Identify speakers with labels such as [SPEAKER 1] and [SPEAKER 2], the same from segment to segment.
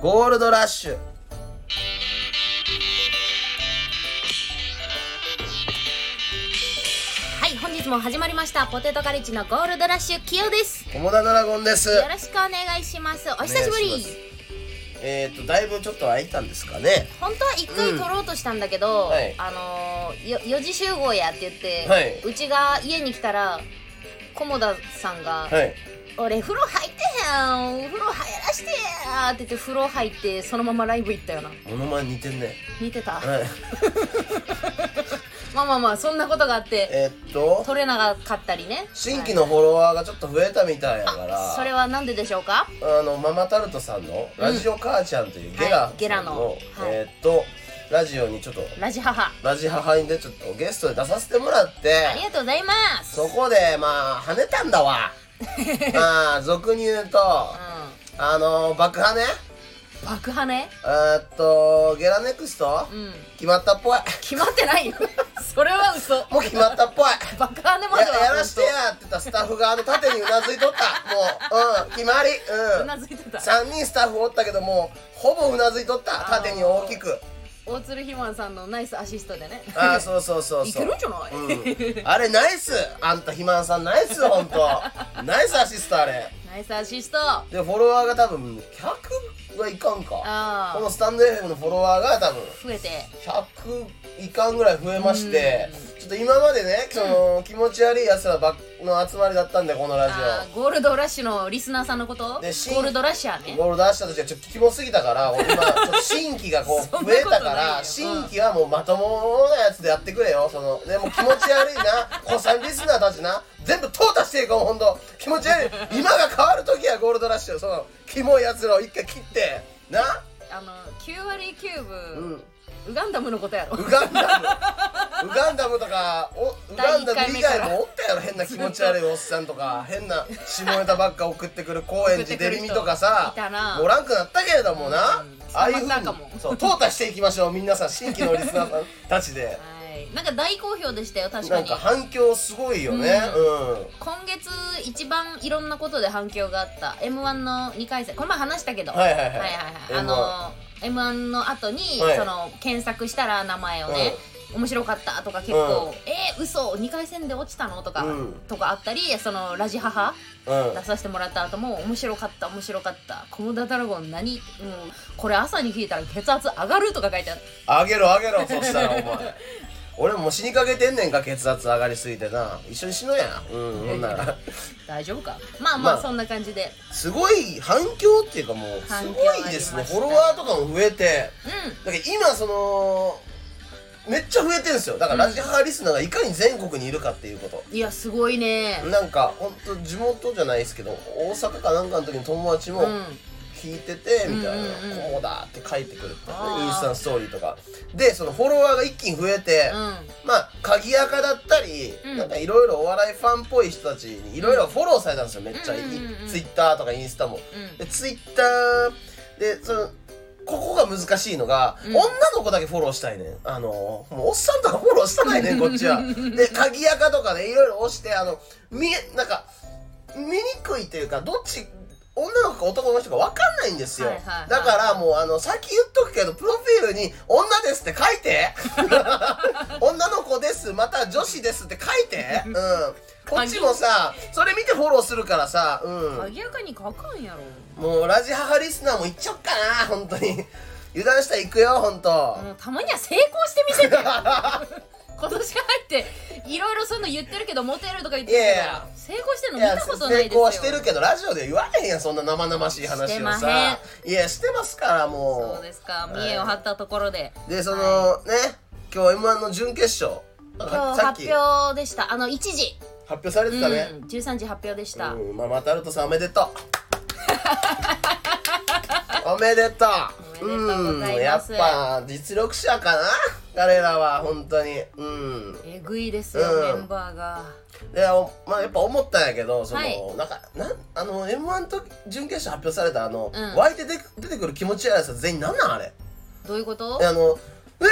[SPEAKER 1] ゴールドラッシュ
[SPEAKER 2] はい本日も始まりましたポテトカレッジのゴールドラッシュキヨです
[SPEAKER 1] 友田ドラゴンです
[SPEAKER 2] よろしくお願いしますお久しぶ
[SPEAKER 1] お願い
[SPEAKER 2] り
[SPEAKER 1] しますえっ、とだいぶちょっと空いたんですかね
[SPEAKER 2] 本当は一回
[SPEAKER 1] うん
[SPEAKER 2] 撮ろうとしたんだけど、
[SPEAKER 1] はい
[SPEAKER 2] あのー、よ4時集合やって言って、
[SPEAKER 1] はいう
[SPEAKER 2] ちが家に来たら菰田さんが「
[SPEAKER 1] はい
[SPEAKER 2] 俺風呂入ってへんお風呂入らしてや」って言って風呂入ってそのままライブ行ったよな
[SPEAKER 1] モノマネ似てんね
[SPEAKER 2] 見てた
[SPEAKER 1] はい
[SPEAKER 2] まあまあまあそんなことがあって
[SPEAKER 1] えっと
[SPEAKER 2] 撮れなかったりね
[SPEAKER 1] 新規のフォロワーがちょっと増えたみたいやから
[SPEAKER 2] それは何ででしょうか
[SPEAKER 1] あのママタルトさんの「ラジオ母ちゃん」というゲラ,、
[SPEAKER 2] はいゲラのはい
[SPEAKER 1] えーっとラジオにちょっと
[SPEAKER 2] ラジ母
[SPEAKER 1] ラジ母にでちょっとゲストで出させてもらって
[SPEAKER 2] ありがとうございます
[SPEAKER 1] そこでまあ跳ねたん だわまあ俗に言うと
[SPEAKER 2] う
[SPEAKER 1] あの爆破ね
[SPEAKER 2] ん爆破ね
[SPEAKER 1] えーっとゲラネクスト、
[SPEAKER 2] うん
[SPEAKER 1] 決まったっぽい
[SPEAKER 2] 決まって ないよそれは嘘
[SPEAKER 1] もう決まったっぽい
[SPEAKER 2] 爆破ねまでは
[SPEAKER 1] ややらしてやって言ったスタッフがあの縦にうなずいとったもううん決まり
[SPEAKER 2] う
[SPEAKER 1] うん
[SPEAKER 2] なずいてた
[SPEAKER 1] 3人スタッフおったけどもうほぼうなずいとった縦に大きく
[SPEAKER 2] 大鶴ひまんさんのナイスアシストでね
[SPEAKER 1] あ あそうそうそう
[SPEAKER 2] い
[SPEAKER 1] そう
[SPEAKER 2] けるんじゃない、
[SPEAKER 1] うん、あれナイスあんた肥満さんナイスほんとナイスアシストあれ
[SPEAKER 2] ナイスアシストあ
[SPEAKER 1] でフォロワーが多分100はいかんかこの
[SPEAKER 2] あ
[SPEAKER 1] スタンド FM のフォロワーが多分
[SPEAKER 2] 増えて
[SPEAKER 1] 100いかんぐらい増えましてちょっと今までねその気持ち悪いやつらばっの集まりだったんでこのラジ
[SPEAKER 2] ああゴールドラッシュのリスナーさんのことゴ
[SPEAKER 1] で新
[SPEAKER 2] ールドラッシャー
[SPEAKER 1] オ
[SPEAKER 2] ね
[SPEAKER 1] ゴールド出した時はちょっとキモすぎたから俺今ちょっと新規がこ
[SPEAKER 2] そん
[SPEAKER 1] う
[SPEAKER 2] なこと
[SPEAKER 1] 増えた
[SPEAKER 2] な
[SPEAKER 1] か
[SPEAKER 2] いよ
[SPEAKER 1] ら新規はもうまともなやつでやってくれよそのでもう気持ち悪いな 子さんリスナーたちな全部淘汰していこうほんと気持ち悪い今が変わる時はゴールドラッシュよそのキモいやつらを一回切ってな
[SPEAKER 2] あの9割9
[SPEAKER 1] う
[SPEAKER 2] 分、
[SPEAKER 1] ん
[SPEAKER 2] ウガンダムのことやろ
[SPEAKER 1] ウガンダムウガンダムとかおウガンダム以外もおったやろ変な気持ち悪いおっさんとか変な下ネタばっか送ってくる高円寺デリミとかさ
[SPEAKER 2] いたな
[SPEAKER 1] おらんくなったけれどもな、
[SPEAKER 2] うん
[SPEAKER 1] ああいうふう
[SPEAKER 2] 捕まったかも
[SPEAKER 1] にそう淘汰していきましょう皆さん新規のリスナーさんたちで
[SPEAKER 2] はいなんか大好評でしたよ確か
[SPEAKER 1] なん
[SPEAKER 2] に
[SPEAKER 1] か反響すごいよねう
[SPEAKER 2] 今月一番いろんなことで反響があった m 1の2回戦この前話したけど
[SPEAKER 1] はいはいはい
[SPEAKER 2] はいはいあの m 1の後に、
[SPEAKER 1] はい
[SPEAKER 2] その検索したら名前をね、面白かったとか結構、
[SPEAKER 1] うん
[SPEAKER 2] えー、嘘2回戦で落ちたのとか、
[SPEAKER 1] うん
[SPEAKER 2] とかあったりそのラジ母
[SPEAKER 1] んうん
[SPEAKER 2] 出させてもらった後も面白かった面白かった「コモダドラゴン何?」うんこれ朝に聞いたら血圧上がる」とか書いてある
[SPEAKER 1] あげろあげろそしたらお前俺もう死にかけてんねんか血圧上がりすぎてな一緒に死のうやうんほんなら
[SPEAKER 2] 大丈夫かまあまあ、
[SPEAKER 1] まあ
[SPEAKER 2] そんな感じです
[SPEAKER 1] ごい反響っていうかもうす
[SPEAKER 2] 反響
[SPEAKER 1] ごいですね
[SPEAKER 2] ありました
[SPEAKER 1] フォロワーとかも増えて
[SPEAKER 2] う
[SPEAKER 1] だけど今そのめっちゃ増えてるんですよだからラジハリスナーがいかに全国にいるかっていうこと、
[SPEAKER 2] んいやすごいね
[SPEAKER 1] なんかほんと地元じゃないですけど大阪かなんかの時に友達も
[SPEAKER 2] うん
[SPEAKER 1] 聞いててみた
[SPEAKER 2] う
[SPEAKER 1] いな
[SPEAKER 2] んうんうん
[SPEAKER 1] 「こうだ」って書いてくるって
[SPEAKER 2] あー
[SPEAKER 1] インスタントストーリーとかでそのフォロワーが一気に増えて、
[SPEAKER 2] うん
[SPEAKER 1] まあ鍵垢だったり、
[SPEAKER 2] うん
[SPEAKER 1] なんかいろいろお笑いファンっぽい人たちにいろいろフォローされたんですよめっちゃ、
[SPEAKER 2] うんうんうんうん
[SPEAKER 1] ツイッターとかインスタも。
[SPEAKER 2] うん
[SPEAKER 1] でツイッターでそのここが難しいのが、
[SPEAKER 2] うん
[SPEAKER 1] 女の子だけフォローしたいねんあのもうおっさんとかフォローしたな いねんこっちはで鍵垢とかねいろいろ押してあの見えなんか見にくいというかどっち女の子か男の人か分かんないんですよ、
[SPEAKER 2] はいはいはい
[SPEAKER 1] だからもうあの先言っとくけどプロフィールに「女です」って書い て女の子ですまた女子ですって書い てうんこっちもさそれ見てフォローするからさうん
[SPEAKER 2] 鍵垢に書かんやろ
[SPEAKER 1] もうラジハハリスナーもいっちゃおっかな本当に 油断したら行くよ本当
[SPEAKER 2] もうたまには成功してみ せてよ今年入っていろいろそういうの言ってるけどモテるとか言ってる
[SPEAKER 1] い
[SPEAKER 2] け
[SPEAKER 1] やいや
[SPEAKER 2] ど成功してるの見たことないで
[SPEAKER 1] 成
[SPEAKER 2] すよ
[SPEAKER 1] 功はしてるけどラジオで言われへんやんそんな生々しい話を
[SPEAKER 2] してま
[SPEAKER 1] さいやしてますから
[SPEAKER 2] そ
[SPEAKER 1] も
[SPEAKER 2] う
[SPEAKER 1] う
[SPEAKER 2] ですか
[SPEAKER 1] はい
[SPEAKER 2] 見栄を張ったところで、
[SPEAKER 1] でその、
[SPEAKER 2] は
[SPEAKER 1] ね今日 m 1の準決勝
[SPEAKER 2] 今日
[SPEAKER 1] さっき
[SPEAKER 2] 発
[SPEAKER 1] 発
[SPEAKER 2] 表でしたあの1時、
[SPEAKER 1] 表され
[SPEAKER 2] う
[SPEAKER 1] て
[SPEAKER 2] ん、
[SPEAKER 1] たね、
[SPEAKER 2] 13時発表でした、
[SPEAKER 1] うん、ママタルトさんおめでとう おめでとう
[SPEAKER 2] おめでとうござ
[SPEAKER 1] うん
[SPEAKER 2] い
[SPEAKER 1] や
[SPEAKER 2] ま
[SPEAKER 1] っ
[SPEAKER 2] す
[SPEAKER 1] ぱ実力者かな彼らは本当にうん
[SPEAKER 2] えぐいですよ、
[SPEAKER 1] うん
[SPEAKER 2] メンバーが
[SPEAKER 1] でおまあ、やっぱ思ったんやけどその、
[SPEAKER 2] はい
[SPEAKER 1] なんかなんあの m 1と準決勝発表されたあの、
[SPEAKER 2] うん
[SPEAKER 1] 湧いてで出てくる気持ち悪いやつは全員なんなんあれ
[SPEAKER 2] どういうこと
[SPEAKER 1] であの「うえー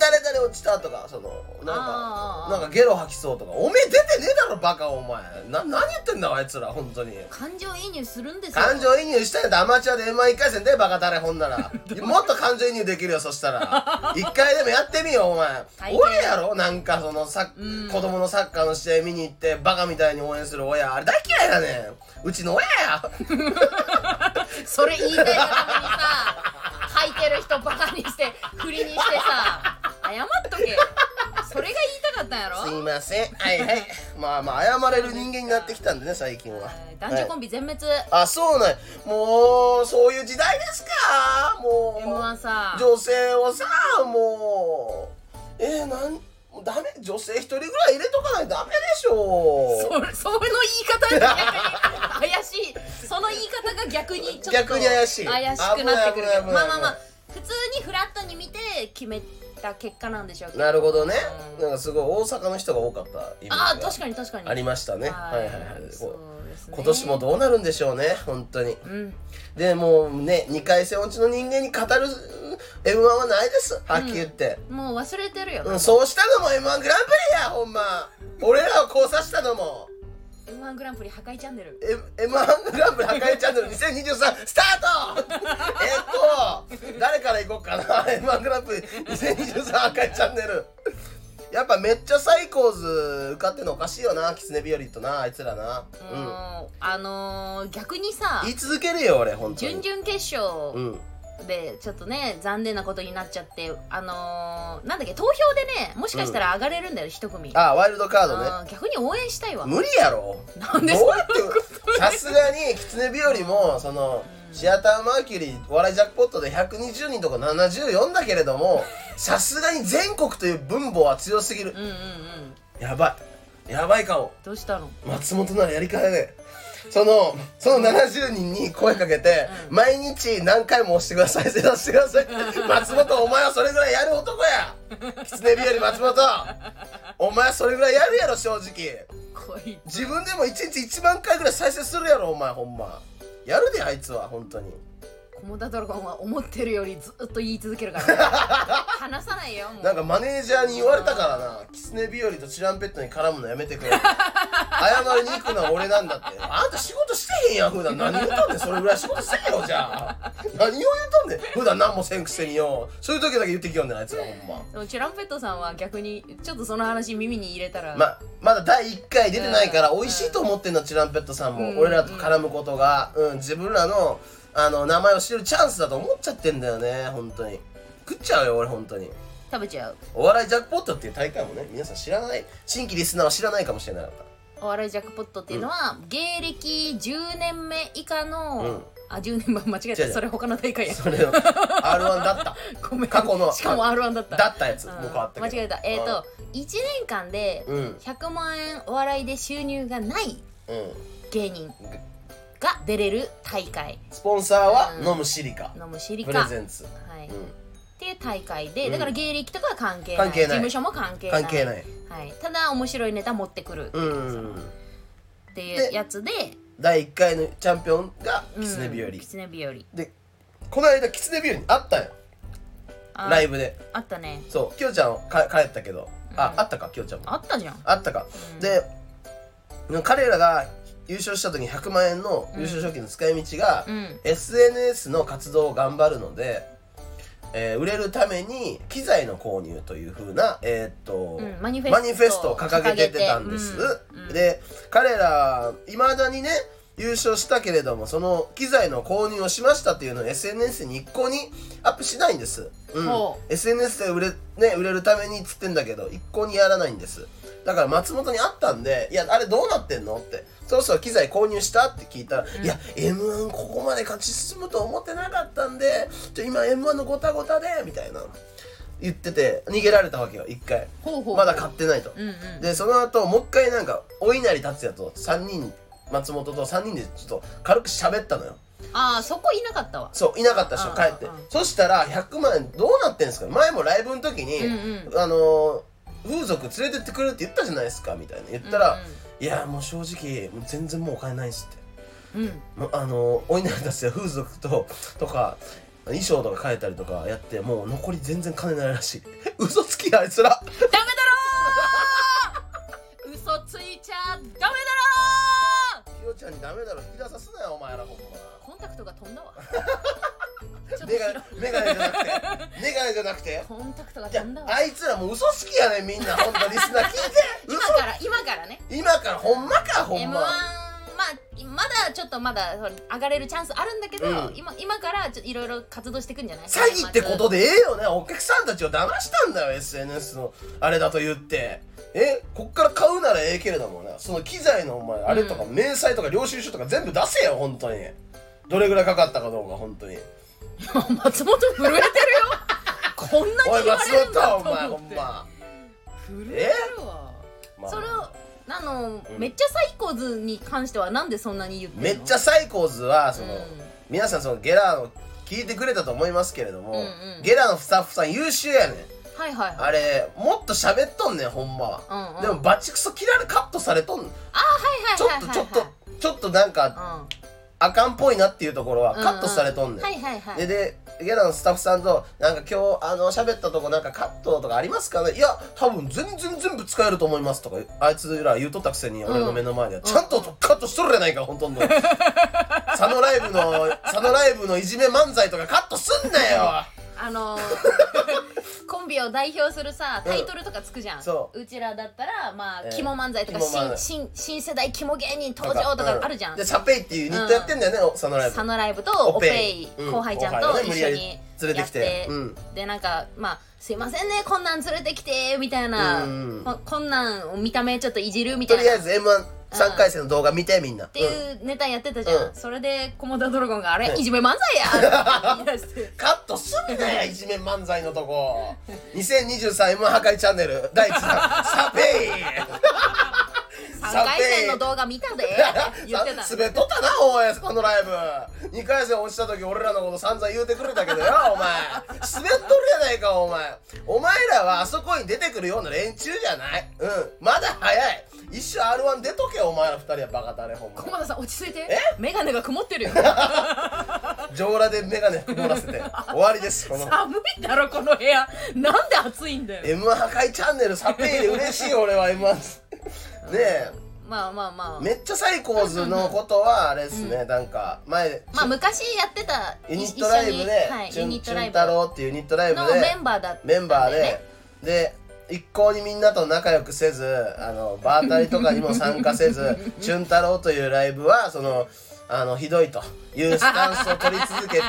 [SPEAKER 1] 誰々落ちたとかそのなん
[SPEAKER 2] あ
[SPEAKER 1] か
[SPEAKER 2] ー
[SPEAKER 1] なんかゲロ吐きそうとかおめえ出てねえだろバカお前な何言ってんだあいつら本当に
[SPEAKER 2] 感情移入するんですよ
[SPEAKER 1] 感情移入したいんだアマチュアで m 1 1回戦でバカ誰ほんな らもっと感情移入できるよそしたら一回でもやってみようお前
[SPEAKER 2] 体験
[SPEAKER 1] 俺やろなんかそのさ
[SPEAKER 2] うん
[SPEAKER 1] 子供のサッカーの試合見に行ってバカみたいに応援する親あれ大嫌いだねんうちの親や
[SPEAKER 2] それ言いたいがためにさ履いてる人バカにして振りにしてさ謝っとけそれが言いたかったんやろ
[SPEAKER 1] すいませんはいはいまあまあ謝れる人間になってきたんでね最近は
[SPEAKER 2] えー男女コ
[SPEAKER 1] はい
[SPEAKER 2] ンビ全滅、
[SPEAKER 1] あそうなんやもうそういう時代ですかもう
[SPEAKER 2] m 1さ
[SPEAKER 1] 女性はさもうえー、なんもうダメ女性一人ぐらい入れとかないとダメでしょ
[SPEAKER 2] そ その言い方が逆に怪しいその言い方が逆にちょっと
[SPEAKER 1] 逆に怪しい
[SPEAKER 2] 怪しくなってくるけど
[SPEAKER 1] 危ない危ない危ない
[SPEAKER 2] まあまあまあ普通にフラットに見て決めた結果なんでしょうけど
[SPEAKER 1] なるほどねなんかすごい大阪の人が多かったイメージが
[SPEAKER 2] ああ確かに確かに
[SPEAKER 1] ありましたね
[SPEAKER 2] は
[SPEAKER 1] はいいはいはい
[SPEAKER 2] そうですね
[SPEAKER 1] 今年もどうなるんでしょうね本当に
[SPEAKER 2] うん
[SPEAKER 1] でもうね2回戦落ちの人間に語る m 1はないですはっきり言って、
[SPEAKER 2] もう忘れてるよ、
[SPEAKER 1] うん
[SPEAKER 2] ね
[SPEAKER 1] そうしたのも m 1グランプリやほんま俺らを交差したのも
[SPEAKER 2] m 1グランプリ破壊チャンネル
[SPEAKER 1] M- M1 グランプリ破壊チャンネル2023スタート えっと誰から行こうかな M1 グランプリ2023破壊チャンネルやっぱめっちゃサイコーズ受かってんのおかしいよなキツネ日和となあいつらなう
[SPEAKER 2] もうあのー逆にさ
[SPEAKER 1] ん言い続けるよ俺本当
[SPEAKER 2] 準
[SPEAKER 1] に
[SPEAKER 2] 々決
[SPEAKER 1] う
[SPEAKER 2] 勝
[SPEAKER 1] ん
[SPEAKER 2] でちょっとね残念なことになっちゃってあのーなんだっけ投票でねもしかしたら上がれるんだよ、一組
[SPEAKER 1] あワイルドカードね
[SPEAKER 2] あー逆に応援したいわ
[SPEAKER 1] 無理やろ
[SPEAKER 2] なんで
[SPEAKER 1] ど
[SPEAKER 2] そう
[SPEAKER 1] やってさすがにキツネ日和もそのシアターマーキュリーお笑いジャックポットで120人とか74だけれどもさすがに全国という分母は強すぎる
[SPEAKER 2] うんうんうん
[SPEAKER 1] やばいやばいかも
[SPEAKER 2] どうしたの
[SPEAKER 1] 松本ならやりかねねえそのその70人に声かけて、
[SPEAKER 2] うん
[SPEAKER 1] 毎日何回も押してください正座してください松本お前はそれぐらいやる男や狐日和松本お前はそれぐらいやるやろ正直
[SPEAKER 2] こい
[SPEAKER 1] 自分でも1日1万回ぐらい再生するやろお前ほんまやるであいつは本当に
[SPEAKER 2] コモダドラゴンは思ってるよりずっと言い続ける から、ね、話さないよもう
[SPEAKER 1] なんかマネージャーに言われたからな「キツネ日和とチランペットに絡むのやめてくれ」謝りに行くのは俺なんだってあんた仕事してへんやん普段何言うとんねんそれぐらい仕事せえよじゃあ何を言うとんねん普段何もせんくせによそういう時だけ言ってきよんねんあいつらほんま
[SPEAKER 2] でもチュランペットさんは逆にちょっとその話耳に入れたら、
[SPEAKER 1] ままだ第1回出てないから美味しいと思ってんのチランペットさんも、
[SPEAKER 2] うん
[SPEAKER 1] 俺らと絡むことが、うん、自分らのあの名前を知るチャンスだと思っちゃってんだよね本当に食っちゃうよ俺本当に
[SPEAKER 2] 食べちゃう
[SPEAKER 1] お笑いジャックポットっていう大会もね皆さん知らない新規リスナーは知らないかもしれなかった
[SPEAKER 2] お笑いジャックポットっていうのは、芸歴10年目以下の、あ10年前間違え
[SPEAKER 1] 違う
[SPEAKER 2] た
[SPEAKER 1] 違う
[SPEAKER 2] それ他の大会や
[SPEAKER 1] それ を R1 だった
[SPEAKER 2] ごめん
[SPEAKER 1] 過去の
[SPEAKER 2] しかも R1 だった
[SPEAKER 1] だったや
[SPEAKER 2] う
[SPEAKER 1] つも
[SPEAKER 2] ん
[SPEAKER 1] う変わったけど
[SPEAKER 2] 間違えたえっ、と1年間で
[SPEAKER 1] うんうん
[SPEAKER 2] 100万円お笑いで収入がない芸人が出れる大会
[SPEAKER 1] スポンサー
[SPEAKER 2] うん
[SPEAKER 1] は飲むシリカ
[SPEAKER 2] のむしり
[SPEAKER 1] プ
[SPEAKER 2] か
[SPEAKER 1] レ
[SPEAKER 2] は
[SPEAKER 1] ゼンツ、
[SPEAKER 2] い、
[SPEAKER 1] う
[SPEAKER 2] っ
[SPEAKER 1] ん、
[SPEAKER 2] ていう大会で、
[SPEAKER 1] うん
[SPEAKER 2] だから芸歴とかは関係ない
[SPEAKER 1] 関係ない
[SPEAKER 2] 事務所も関係ない
[SPEAKER 1] 関係ない
[SPEAKER 2] はい、ただ面白いネタ持ってくる
[SPEAKER 1] うんうんうん
[SPEAKER 2] っていうやつで
[SPEAKER 1] 第1回のチャンピオンが
[SPEAKER 2] うん
[SPEAKER 1] キツネ日和、
[SPEAKER 2] キツネ日和
[SPEAKER 1] でこの間キツネ日和に会ったよ
[SPEAKER 2] あ
[SPEAKER 1] ライブで
[SPEAKER 2] あったね
[SPEAKER 1] そうきよちゃんはか帰ったけど、あ
[SPEAKER 2] うん
[SPEAKER 1] あったかきよちゃんも
[SPEAKER 2] あったじゃん
[SPEAKER 1] あったか、
[SPEAKER 2] うん
[SPEAKER 1] で彼らが優勝した時に100万円の優勝賞金の使い道が、
[SPEAKER 2] うん
[SPEAKER 1] SNS の活動を頑張るので、えー売れるために機材の購入というふうな、えーっと
[SPEAKER 2] うんマニフェスト
[SPEAKER 1] マニフェストを掲げててたんです、
[SPEAKER 2] うんうん
[SPEAKER 1] で彼らいまだにね優勝したけれどもその機材の購入をしましたっていうのを SNS に一向にアップしないんです、うん
[SPEAKER 2] ほ、
[SPEAKER 1] SNS で売れ,、ね、売れるためにっつってんだけど一向にやらないんですだから松本に会ったんで「いやあれどうなってんの?」って「そろそろ機材購入した?」って聞いたら「
[SPEAKER 2] うん
[SPEAKER 1] いや m 1ここまで勝ち進むと思ってなかったんでちょ今 m 1のごたごたで」みたいな言ってて逃げられたわけよ一回
[SPEAKER 2] ほうほう
[SPEAKER 1] まだ買ってないと、
[SPEAKER 2] うんうん
[SPEAKER 1] でその後もう一回なんかお稲荷達也と3人松本と3人でちょっと軽く喋ったのよ
[SPEAKER 2] ああそこいなかったわ
[SPEAKER 1] そういなかったでしょ
[SPEAKER 2] うん
[SPEAKER 1] 帰って
[SPEAKER 2] うん
[SPEAKER 1] そしたら100万円どうなってんですか前もライブの時に、
[SPEAKER 2] うんうん
[SPEAKER 1] あのー風俗連れてってくれるって言ったじゃないですかみたいな言ったら、
[SPEAKER 2] うん
[SPEAKER 1] いやもう正直もう全然もうお金ないっすって
[SPEAKER 2] うんうん
[SPEAKER 1] もうあのーお稲荷達也風俗ととか衣装とか変えたりとかやってもう残り全然金ないらしい 嘘つきやあいつら
[SPEAKER 2] ダメだろー 嘘ついちゃダメだろー
[SPEAKER 1] ひよちゃんにダメだろ引き出さすなよお前らほんま
[SPEAKER 2] コンタクトが飛んだ わちょっと
[SPEAKER 1] メ
[SPEAKER 2] 広
[SPEAKER 1] ガ
[SPEAKER 2] い
[SPEAKER 1] メガネじゃなくてメガネじゃなくて
[SPEAKER 2] コンタクトが
[SPEAKER 1] いや
[SPEAKER 2] 飛んだわ
[SPEAKER 1] あいつらもう嘘つきやねんみんなほんとリスナー聞いて
[SPEAKER 2] 今
[SPEAKER 1] 嘘
[SPEAKER 2] から今からね
[SPEAKER 1] 今からほんまかほ
[SPEAKER 2] M1
[SPEAKER 1] ん
[SPEAKER 2] ま
[SPEAKER 1] ま
[SPEAKER 2] あまだちょっとまだその上がれるチャンスあるんだけど、
[SPEAKER 1] うん
[SPEAKER 2] 今今からちょっといろいろ活動していくんじゃない
[SPEAKER 1] 詐欺ってことでええよねお客さんたちを騙したんだよ SNS のあれだと言ってえこっから買うならええけれどもなその機材のお前あれとか
[SPEAKER 2] う
[SPEAKER 1] 明細とか領収書とか全部出せよ本当にどれぐらいかかったかどうか本当に
[SPEAKER 2] 松本震えて るよこんなに
[SPEAKER 1] おい
[SPEAKER 2] 言わ
[SPEAKER 1] 松
[SPEAKER 2] れるんだ
[SPEAKER 1] 本
[SPEAKER 2] と
[SPEAKER 1] お前
[SPEAKER 2] 思
[SPEAKER 1] ほ
[SPEAKER 2] っ
[SPEAKER 1] ん
[SPEAKER 2] て
[SPEAKER 1] ま、
[SPEAKER 2] 震えるわ、
[SPEAKER 1] まあ
[SPEAKER 2] それをあの、
[SPEAKER 1] うん
[SPEAKER 2] めっちゃサイコーズに関してはなんでそんなに言ってんの
[SPEAKER 1] めっちゃサイコーズはその、
[SPEAKER 2] うん
[SPEAKER 1] 皆さんそのゲラーの聞いてくれたと思いますけれども、
[SPEAKER 2] うんうん
[SPEAKER 1] ゲラーのスタッフさん優秀やねん
[SPEAKER 2] はいはいはい
[SPEAKER 1] あれもっと喋っとんねんほんまは、
[SPEAKER 2] うんうん
[SPEAKER 1] でもバチクソ切られカットされとんねんちょ
[SPEAKER 2] は
[SPEAKER 1] っ
[SPEAKER 2] いはいはいはい
[SPEAKER 1] と
[SPEAKER 2] はい
[SPEAKER 1] ちょっとちょっとなんかあかんっぽいなっていうところはカットされと
[SPEAKER 2] う
[SPEAKER 1] んね
[SPEAKER 2] ん
[SPEAKER 1] ん、
[SPEAKER 2] はいはいはい
[SPEAKER 1] ででゲラのスタッフさんと「なんか今日あの喋ったとこなんかカットとかありますかね?」「いや多分全然全部使えると思います」とかあいつら言うとったくせに俺の目の前では、ちゃんとカットしとるやないかほとんど佐野ライブの佐野ライブのいじめ漫才とかカットすんなよ
[SPEAKER 2] あ のーコンビを代表するさタイトルとかつくじゃん、
[SPEAKER 1] そう
[SPEAKER 2] ちらだったらまあ、
[SPEAKER 1] ええ
[SPEAKER 2] キモ漫才とか
[SPEAKER 1] 肝漫
[SPEAKER 2] 新
[SPEAKER 1] 才
[SPEAKER 2] 新新世代キモ芸人登場とかあるじゃん
[SPEAKER 1] でサペイっていうユニットやってんだよね、佐野ライブ
[SPEAKER 2] サノライブと
[SPEAKER 1] オ
[SPEAKER 2] オ
[SPEAKER 1] ペ
[SPEAKER 2] ペ
[SPEAKER 1] イ
[SPEAKER 2] イ
[SPEAKER 1] うん
[SPEAKER 2] 後輩ちゃんと一緒に
[SPEAKER 1] 連れて
[SPEAKER 2] や
[SPEAKER 1] き
[SPEAKER 2] ってて
[SPEAKER 1] うん
[SPEAKER 2] でなんかまあ「すいませんねこんなん連れてきて」みたいな
[SPEAKER 1] うん
[SPEAKER 2] ここんなんを見た目ちょっといじるみた
[SPEAKER 1] と
[SPEAKER 2] いな
[SPEAKER 1] りあえ
[SPEAKER 2] っ
[SPEAKER 1] ず m 1 3回戦の動画見てみんな
[SPEAKER 2] ていうネタやってたじゃん、
[SPEAKER 1] うん
[SPEAKER 2] それでコモダドラゴンが「あれ、
[SPEAKER 1] うん
[SPEAKER 2] いじめ漫才 や!」って言い出して
[SPEAKER 1] カットすんなよいじめ漫才のとこ 2023M 破壊チャンネル第1弾サペイ
[SPEAKER 2] 3回戦の動画見たでって言ってた
[SPEAKER 1] 滑っとったなおいこのライブ2回戦落ちた時俺らのこと散々言うてくれたけどよお前滑っとるやないかお前お前らはあそこに出てくるような連中じゃないうんまだ早い一生 r 1出とけよお前ら2人はバカだねほんま
[SPEAKER 2] コモダさん落ち着いて
[SPEAKER 1] え
[SPEAKER 2] 眼鏡が曇 ってるよ
[SPEAKER 1] 上裸で眼鏡曇らせて終わりですこの
[SPEAKER 2] 寒いだろこの部屋なんで暑いんだよ
[SPEAKER 1] M1 破壊チャンネルサペイで嬉しい俺は M1 ねえ
[SPEAKER 2] まあまあまあ
[SPEAKER 1] めっちゃサイコーズのことはあれですね、なんか前
[SPEAKER 2] まあ昔やってた
[SPEAKER 1] ユ
[SPEAKER 2] い
[SPEAKER 1] ニットライブで、
[SPEAKER 2] はい、
[SPEAKER 1] チ
[SPEAKER 2] ユ
[SPEAKER 1] ュ
[SPEAKER 2] ニ
[SPEAKER 1] ン
[SPEAKER 2] ッ
[SPEAKER 1] チ
[SPEAKER 2] トラ
[SPEAKER 1] ュン
[SPEAKER 2] イ
[SPEAKER 1] 太
[SPEAKER 2] ブ
[SPEAKER 1] 郎っていうユニットライブ
[SPEAKER 2] のメ
[SPEAKER 1] で
[SPEAKER 2] ンバーだったんだ
[SPEAKER 1] メ
[SPEAKER 2] よね
[SPEAKER 1] ンバーでで一向にみんなと仲良くせずあのバータリとかにも参加 せずチュン太郎というライブはそのあのひどいというスタンスを取り 続けて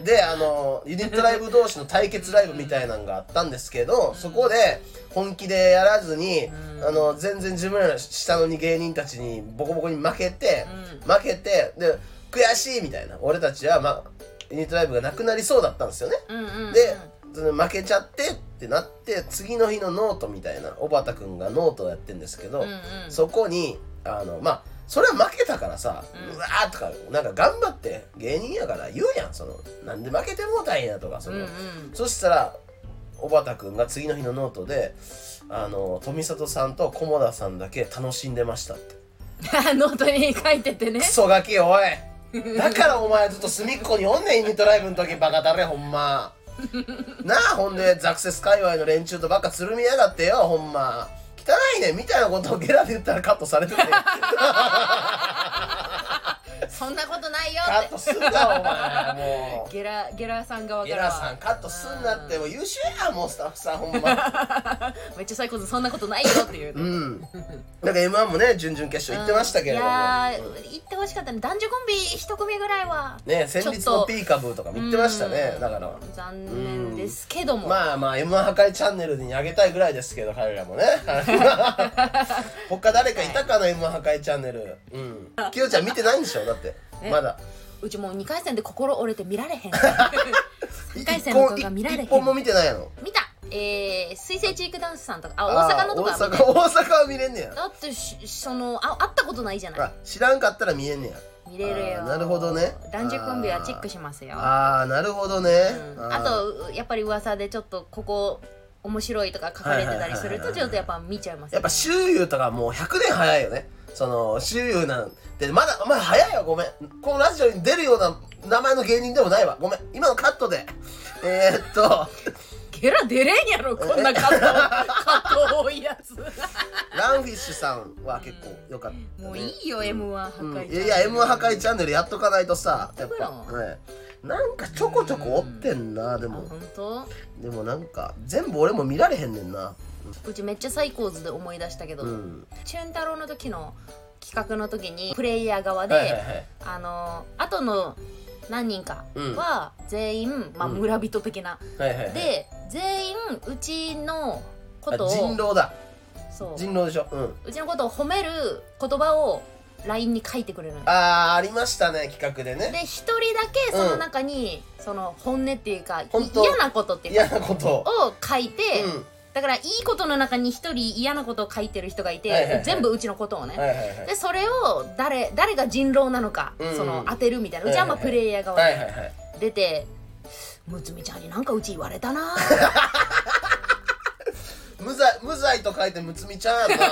[SPEAKER 1] であのユニットライブ同士の対決ライブみたいなのがあったんですけどそこで本気でやらずにあの全然自分らの下の芸人たちにボコボコに負けて負けてで悔しいみたいな俺たちは、まあ、ユニットライブがなくなりそうだったんですよね。
[SPEAKER 2] うんうんうん
[SPEAKER 1] で、その負けちゃってってなって次の日のノートみたいな小畑君がノートをやってるんですけど、
[SPEAKER 2] うんうん
[SPEAKER 1] そこにあのまあそれは負けたからさ、う
[SPEAKER 2] うん
[SPEAKER 1] わーとかなんか頑張って芸人やから言うやんそのなんで負けてもうたんやとかその、
[SPEAKER 2] うんうん
[SPEAKER 1] そしたら小畑君が次の日のノートであの富里さんと菰田さんだけ楽しんでましたって
[SPEAKER 2] ノートに書いててね
[SPEAKER 1] クソガキおいだからお前ずっと隅っこにおんねんユニットライブの時バカだれほんまなあほんでザクセス界隈の連中とばっかつるみやがってよほんま汚いねんみたいなことをゲラで言ったらカットされてて
[SPEAKER 2] そんなことないよ
[SPEAKER 1] カット
[SPEAKER 2] っ
[SPEAKER 1] すんなお前も
[SPEAKER 2] てゲラゲラさん側
[SPEAKER 1] う
[SPEAKER 2] か
[SPEAKER 1] ゲ
[SPEAKER 2] ら
[SPEAKER 1] ラ
[SPEAKER 2] は
[SPEAKER 1] さんカットすんなってもう優秀やんもうスタッフさんほんま
[SPEAKER 2] めっちゃ最高ですそんなことないよっていう、
[SPEAKER 1] うんなんか m 1もね準々決勝行ってましたけれども
[SPEAKER 2] いやー行ってほしかったね男女コンビ一組ぐらいは
[SPEAKER 1] ね先日の P 株とかも行ってましたね
[SPEAKER 2] うん
[SPEAKER 1] だから
[SPEAKER 2] 残念ですけども、
[SPEAKER 1] まあまあ M1 破壊チャンネルにあげたいぐらいですけど彼らもね 他誰かいたかな M1 破壊チャンネルうんきよちゃん見てないんでしょだって
[SPEAKER 2] え
[SPEAKER 1] まだ
[SPEAKER 2] うちもう2回戦で心折れて見られへ ん
[SPEAKER 1] 一
[SPEAKER 2] 一回戦の動画見られへん
[SPEAKER 1] 一本も見てないの
[SPEAKER 2] 見たえー、水星チークダンスさんとかあ
[SPEAKER 1] あ
[SPEAKER 2] 大阪のとかは
[SPEAKER 1] ー大
[SPEAKER 2] 見
[SPEAKER 1] 阪
[SPEAKER 2] た
[SPEAKER 1] 大阪は見れんねや
[SPEAKER 2] だってしそのあ会ったことないじゃない
[SPEAKER 1] あ知らんかったら見えんねや
[SPEAKER 2] 見れる
[SPEAKER 1] あー
[SPEAKER 2] よ
[SPEAKER 1] なるほどね
[SPEAKER 2] 男女コンビはチェックしますよ
[SPEAKER 1] ああなるほどね
[SPEAKER 2] うんあとやっぱり噂でちょっとここ面白いとか書かれてたりする
[SPEAKER 1] はいはいはいは
[SPEAKER 2] と
[SPEAKER 1] い
[SPEAKER 2] ちょっとやっぱ見ちゃいます
[SPEAKER 1] や
[SPEAKER 2] ね
[SPEAKER 1] っぱ周遊とかもう100年早いよねその周遊なんてまだまだ早いよごめんこのラジオに出るような名前の芸人でもないわごめん今のカットでえー、っと
[SPEAKER 2] ゲラ出れんやろこんな カットカット多いやつ
[SPEAKER 1] ランフィッシュさんは結構良かった、ね
[SPEAKER 2] もういいよ M1 破
[SPEAKER 1] うん、
[SPEAKER 2] 壊
[SPEAKER 1] いやいや M 破壊チャンネルやっとかないとさやっぱ、
[SPEAKER 2] やっとく
[SPEAKER 1] ね、なんかちょこちょこ追ってんなで
[SPEAKER 2] あ
[SPEAKER 1] も
[SPEAKER 2] 本当
[SPEAKER 1] でもなんか全部俺も見られへんねんな
[SPEAKER 2] うちめっちゃサイコーズで思い出したけど、
[SPEAKER 1] うん
[SPEAKER 2] チュン太郎の時の企画の時にプレイヤー側で、
[SPEAKER 1] はいはいはい
[SPEAKER 2] あの後の何人かは全員、まあ、
[SPEAKER 1] うん
[SPEAKER 2] 村人的な、
[SPEAKER 1] はいはいはい
[SPEAKER 2] で全員うちのこと
[SPEAKER 1] あ
[SPEAKER 2] を
[SPEAKER 1] 人狼だ
[SPEAKER 2] そう
[SPEAKER 1] 人狼でしょうん
[SPEAKER 2] うちのことを褒める言葉を LINE に書いてくれるのよ
[SPEAKER 1] あーありましたね企画で
[SPEAKER 2] で
[SPEAKER 1] ね
[SPEAKER 2] 一人だけその中に、その本音っていうかい
[SPEAKER 1] 本当
[SPEAKER 2] 嫌なことっていう
[SPEAKER 1] 嫌
[SPEAKER 2] か
[SPEAKER 1] なことを
[SPEAKER 2] を書いて、
[SPEAKER 1] う
[SPEAKER 2] だからいいことの中に一人嫌なことを書いてる人がいて、
[SPEAKER 1] はいはいはい
[SPEAKER 2] 全部うちのことをね、
[SPEAKER 1] んはいはいはい
[SPEAKER 2] でそれを誰誰が人狼なのか、
[SPEAKER 1] うん
[SPEAKER 2] その当てるみたいなうちはまあ
[SPEAKER 1] はいは
[SPEAKER 2] プ
[SPEAKER 1] いはい
[SPEAKER 2] レイヤー側
[SPEAKER 1] はいはい
[SPEAKER 2] で
[SPEAKER 1] はい
[SPEAKER 2] 出て、むつみちゃんになんかうち言われたな
[SPEAKER 1] 無罪無罪と書いてむつみちゃんやんな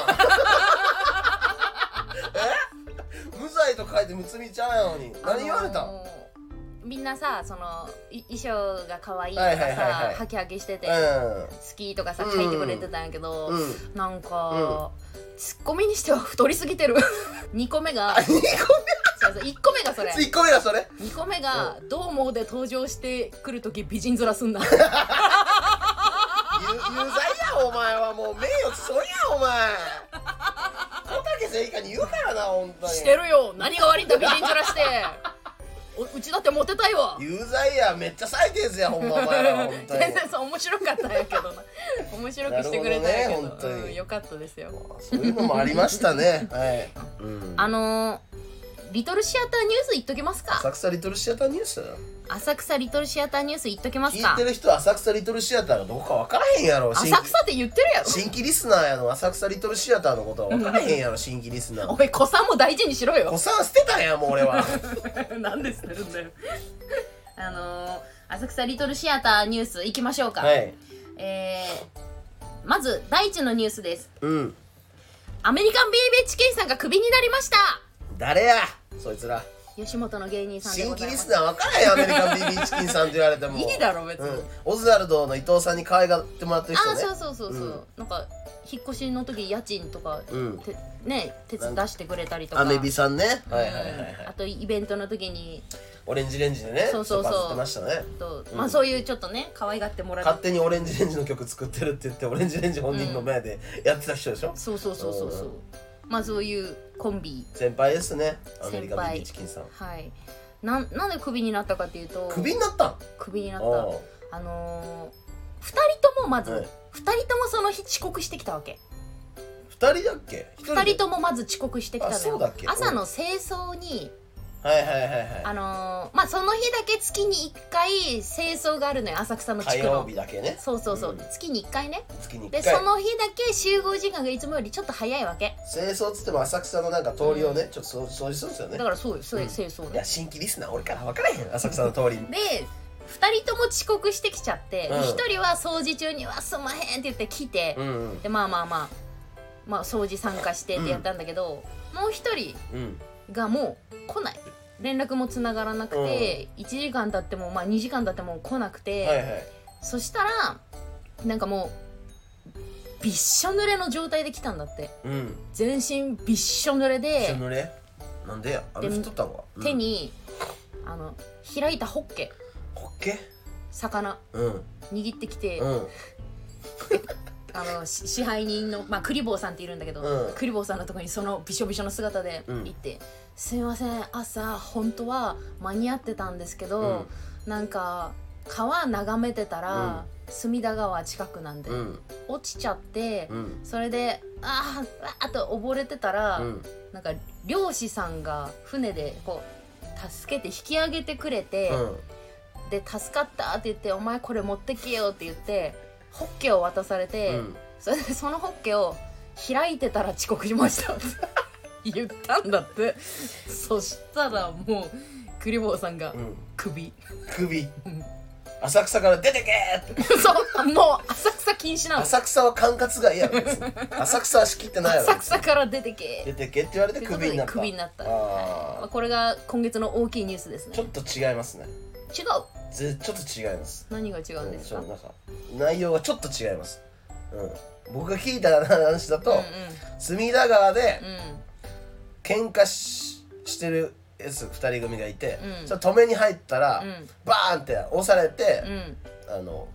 [SPEAKER 1] え無罪と書いてむつみちゃんやのに 何言われた
[SPEAKER 2] あ
[SPEAKER 1] ん
[SPEAKER 2] のーみんなさそのい衣装が可愛いとか
[SPEAKER 1] は
[SPEAKER 2] さ、
[SPEAKER 1] いはいはいはい
[SPEAKER 2] ハキハキしてて、
[SPEAKER 1] う
[SPEAKER 2] 好きとかさ
[SPEAKER 1] うん
[SPEAKER 2] 書いてくれてたんやけど、
[SPEAKER 1] んうん
[SPEAKER 2] なんか、ツッコミにしては太りすぎてる2 個目が
[SPEAKER 1] あ二個
[SPEAKER 2] そうそう1個目がそれ
[SPEAKER 1] 目一個目がそれ
[SPEAKER 2] 2個目が「どうも」で登場してくる時美人面すんな
[SPEAKER 1] 有有罪やお前はもう名誉毀損やお前小竹聖華に言うからな本当に
[SPEAKER 2] してるよ何が悪いんだ美人面 しておうちだってモテたいわ
[SPEAKER 1] 有罪やめっちゃ最低ですやほんま お前らは本当
[SPEAKER 2] 全
[SPEAKER 1] に
[SPEAKER 2] 然そう面白かったんやけどな面白くしてくれたんやけ
[SPEAKER 1] なるほどね
[SPEAKER 2] ど
[SPEAKER 1] 本当に
[SPEAKER 2] うんよかったですよ
[SPEAKER 1] そういうのもありましたねはい、うん、
[SPEAKER 2] あのーリトルシアターニュース言っときますか
[SPEAKER 1] 浅草リトルシアターニュース
[SPEAKER 2] 浅草リトルシアターニュース言っときます
[SPEAKER 1] 聞い
[SPEAKER 2] か
[SPEAKER 1] てる人は浅草リトルシアターがどこか分からへんやろ新
[SPEAKER 2] 浅
[SPEAKER 1] 規
[SPEAKER 2] 草って言ってるやろ
[SPEAKER 1] 新規リスナーやの浅草リトルシアターのことは分からへんやろ新規リスナ
[SPEAKER 2] お
[SPEAKER 1] ー
[SPEAKER 2] 前子さんも大事にしろよ
[SPEAKER 1] 子さん捨てたんやもう俺 は
[SPEAKER 2] なんで捨てる んだよあのー浅草リトルシアターニュース行きましょうか、
[SPEAKER 1] はい
[SPEAKER 2] えーまず第一のニュースです
[SPEAKER 1] うん
[SPEAKER 2] アメリカンビーベッチケンさんがクビになりました
[SPEAKER 1] 誰やそいつら
[SPEAKER 2] 吉本の芸人さんで
[SPEAKER 1] 新
[SPEAKER 2] ござ
[SPEAKER 1] 規
[SPEAKER 2] い
[SPEAKER 1] リ
[SPEAKER 2] ま
[SPEAKER 1] ス
[SPEAKER 2] す
[SPEAKER 1] ナー分からへんアメリカンビビーチキンさんって言われても
[SPEAKER 2] いいだろ別に、
[SPEAKER 1] うん、オズワルドの伊藤さんに可愛がってもらってる人
[SPEAKER 2] ああ
[SPEAKER 1] ね
[SPEAKER 2] そうそうそうそう、
[SPEAKER 1] うん
[SPEAKER 2] なんか引っ越しの時家賃とか、
[SPEAKER 1] うん
[SPEAKER 2] てね手伝出してくれたりとか
[SPEAKER 1] アメビさんねはいはいはいはい
[SPEAKER 2] あとイベントの時に
[SPEAKER 1] オレンジレンジでね
[SPEAKER 2] そうそうそう
[SPEAKER 1] バズってましたね
[SPEAKER 2] と、
[SPEAKER 1] うん
[SPEAKER 2] まあそういうちょっとね可愛がってもらっ
[SPEAKER 1] 勝手にオレンジレンジの曲作ってるって言ってオレンジレンジ本人の前でやってた人でしょ、
[SPEAKER 2] そうそうそうそうそうまあそういうコンビ
[SPEAKER 1] 先輩ですねア
[SPEAKER 2] 先
[SPEAKER 1] メリカンビ
[SPEAKER 2] 輩
[SPEAKER 1] ビーチキンさん
[SPEAKER 2] はいなんなんでクビになったかっていうと
[SPEAKER 1] クビになったん
[SPEAKER 2] クビになっ
[SPEAKER 1] おう
[SPEAKER 2] たあのー、2人ともまず、
[SPEAKER 1] はい
[SPEAKER 2] 2人ともその日遅刻してきたわけ
[SPEAKER 1] 二人だっけ一
[SPEAKER 2] 2人
[SPEAKER 1] と
[SPEAKER 2] ともまず遅刻してきたの
[SPEAKER 1] あそう
[SPEAKER 2] よ
[SPEAKER 1] だっけ
[SPEAKER 2] 朝の清掃に
[SPEAKER 1] はいはいはいは
[SPEAKER 2] あのー、まあその日だけ月に1回清掃があるのよ浅草の
[SPEAKER 1] い火
[SPEAKER 2] 地区
[SPEAKER 1] 曜
[SPEAKER 2] の
[SPEAKER 1] 日だけね
[SPEAKER 2] そうそうそう、
[SPEAKER 1] うん
[SPEAKER 2] 月に1回ね
[SPEAKER 1] 月に一
[SPEAKER 2] で
[SPEAKER 1] 回
[SPEAKER 2] その日だけ集合時間がいつもよりちょっと早いわけ
[SPEAKER 1] 清掃っつっても浅草のなんか通りをね、ちょっと掃掃除するんですよね
[SPEAKER 2] だからそうよ、そう
[SPEAKER 1] う
[SPEAKER 2] よ
[SPEAKER 1] ん
[SPEAKER 2] 清掃
[SPEAKER 1] い
[SPEAKER 2] ね
[SPEAKER 1] や新規リスナー俺から分からへん浅草の通りに
[SPEAKER 2] で2人とも遅刻してきちゃって、
[SPEAKER 1] うん
[SPEAKER 2] 1人は掃除中に「わすんまへん」って言って来て、
[SPEAKER 1] うんうん
[SPEAKER 2] でまあまあまあまあ掃除参加してってやったんだけど、もう一人
[SPEAKER 1] うん
[SPEAKER 2] がもう来ない連絡もつながらなくて、1時間経ってもまあ2時間経っても来なくて、
[SPEAKER 1] はいはい
[SPEAKER 2] そしたらなんかもうびっしょ濡れの状態で来たんだって
[SPEAKER 1] うん
[SPEAKER 2] 全身びっしょ濡れ
[SPEAKER 1] 一緒
[SPEAKER 2] で
[SPEAKER 1] 濡れなんでや雨
[SPEAKER 2] で
[SPEAKER 1] 降っとったんわ
[SPEAKER 2] 手に、あの開いたホッケ
[SPEAKER 1] ホッケ
[SPEAKER 2] 魚
[SPEAKER 1] うん
[SPEAKER 2] 握ってきて、
[SPEAKER 1] うん
[SPEAKER 2] あのし支配人の、まあ、クリボーさんっているんだけど、
[SPEAKER 1] うん
[SPEAKER 2] クリボーさんのとこにそのびしょびしょの姿で
[SPEAKER 1] うん
[SPEAKER 2] 行って「すいません朝本当は間に合ってたんですけど、なんか川眺めてたら、隅田川近くなんで、
[SPEAKER 1] うん
[SPEAKER 2] 落ちちゃって、
[SPEAKER 1] うん
[SPEAKER 2] それであーわーっと溺れてたら、
[SPEAKER 1] うん
[SPEAKER 2] なんか漁師さんが船でこう助けて引き上げてくれて。
[SPEAKER 1] うん
[SPEAKER 2] で「助かった」って言って「お前これ持ってけよ」って言ってホッケを渡されて、
[SPEAKER 1] うん
[SPEAKER 2] それでそのホッケを開いてたら遅刻しましたって言ったんだってそしたらもうクリボーさんが
[SPEAKER 1] うん
[SPEAKER 2] 首、
[SPEAKER 1] 首
[SPEAKER 2] うん
[SPEAKER 1] 浅草から出てけーって
[SPEAKER 2] そうもう浅草草禁止なの
[SPEAKER 1] 浅草は管轄外やろ別に浅草は仕切ってないやろ
[SPEAKER 2] 浅草から出て
[SPEAKER 1] 出
[SPEAKER 2] け
[SPEAKER 1] てけって言われて
[SPEAKER 2] ということ
[SPEAKER 1] クビにな
[SPEAKER 2] で
[SPEAKER 1] った
[SPEAKER 2] クビになったはいま
[SPEAKER 1] あ
[SPEAKER 2] あこれが今月の大きいニュースです
[SPEAKER 1] ー
[SPEAKER 2] ね
[SPEAKER 1] ちょっと違いますね
[SPEAKER 2] 違う
[SPEAKER 1] ぜちょっと違います
[SPEAKER 2] 何が違うんです
[SPEAKER 1] う
[SPEAKER 2] か
[SPEAKER 1] んちょっとなんか内容がちょっと違います、うん、僕が聞いた話だと、
[SPEAKER 2] うん
[SPEAKER 1] 隅田川で
[SPEAKER 2] うんうん
[SPEAKER 1] 喧嘩ししてる S2 人組がいて、
[SPEAKER 2] うん
[SPEAKER 1] それ止めに入ったら、
[SPEAKER 2] うん
[SPEAKER 1] バーンって押されて
[SPEAKER 2] う、ん
[SPEAKER 1] あの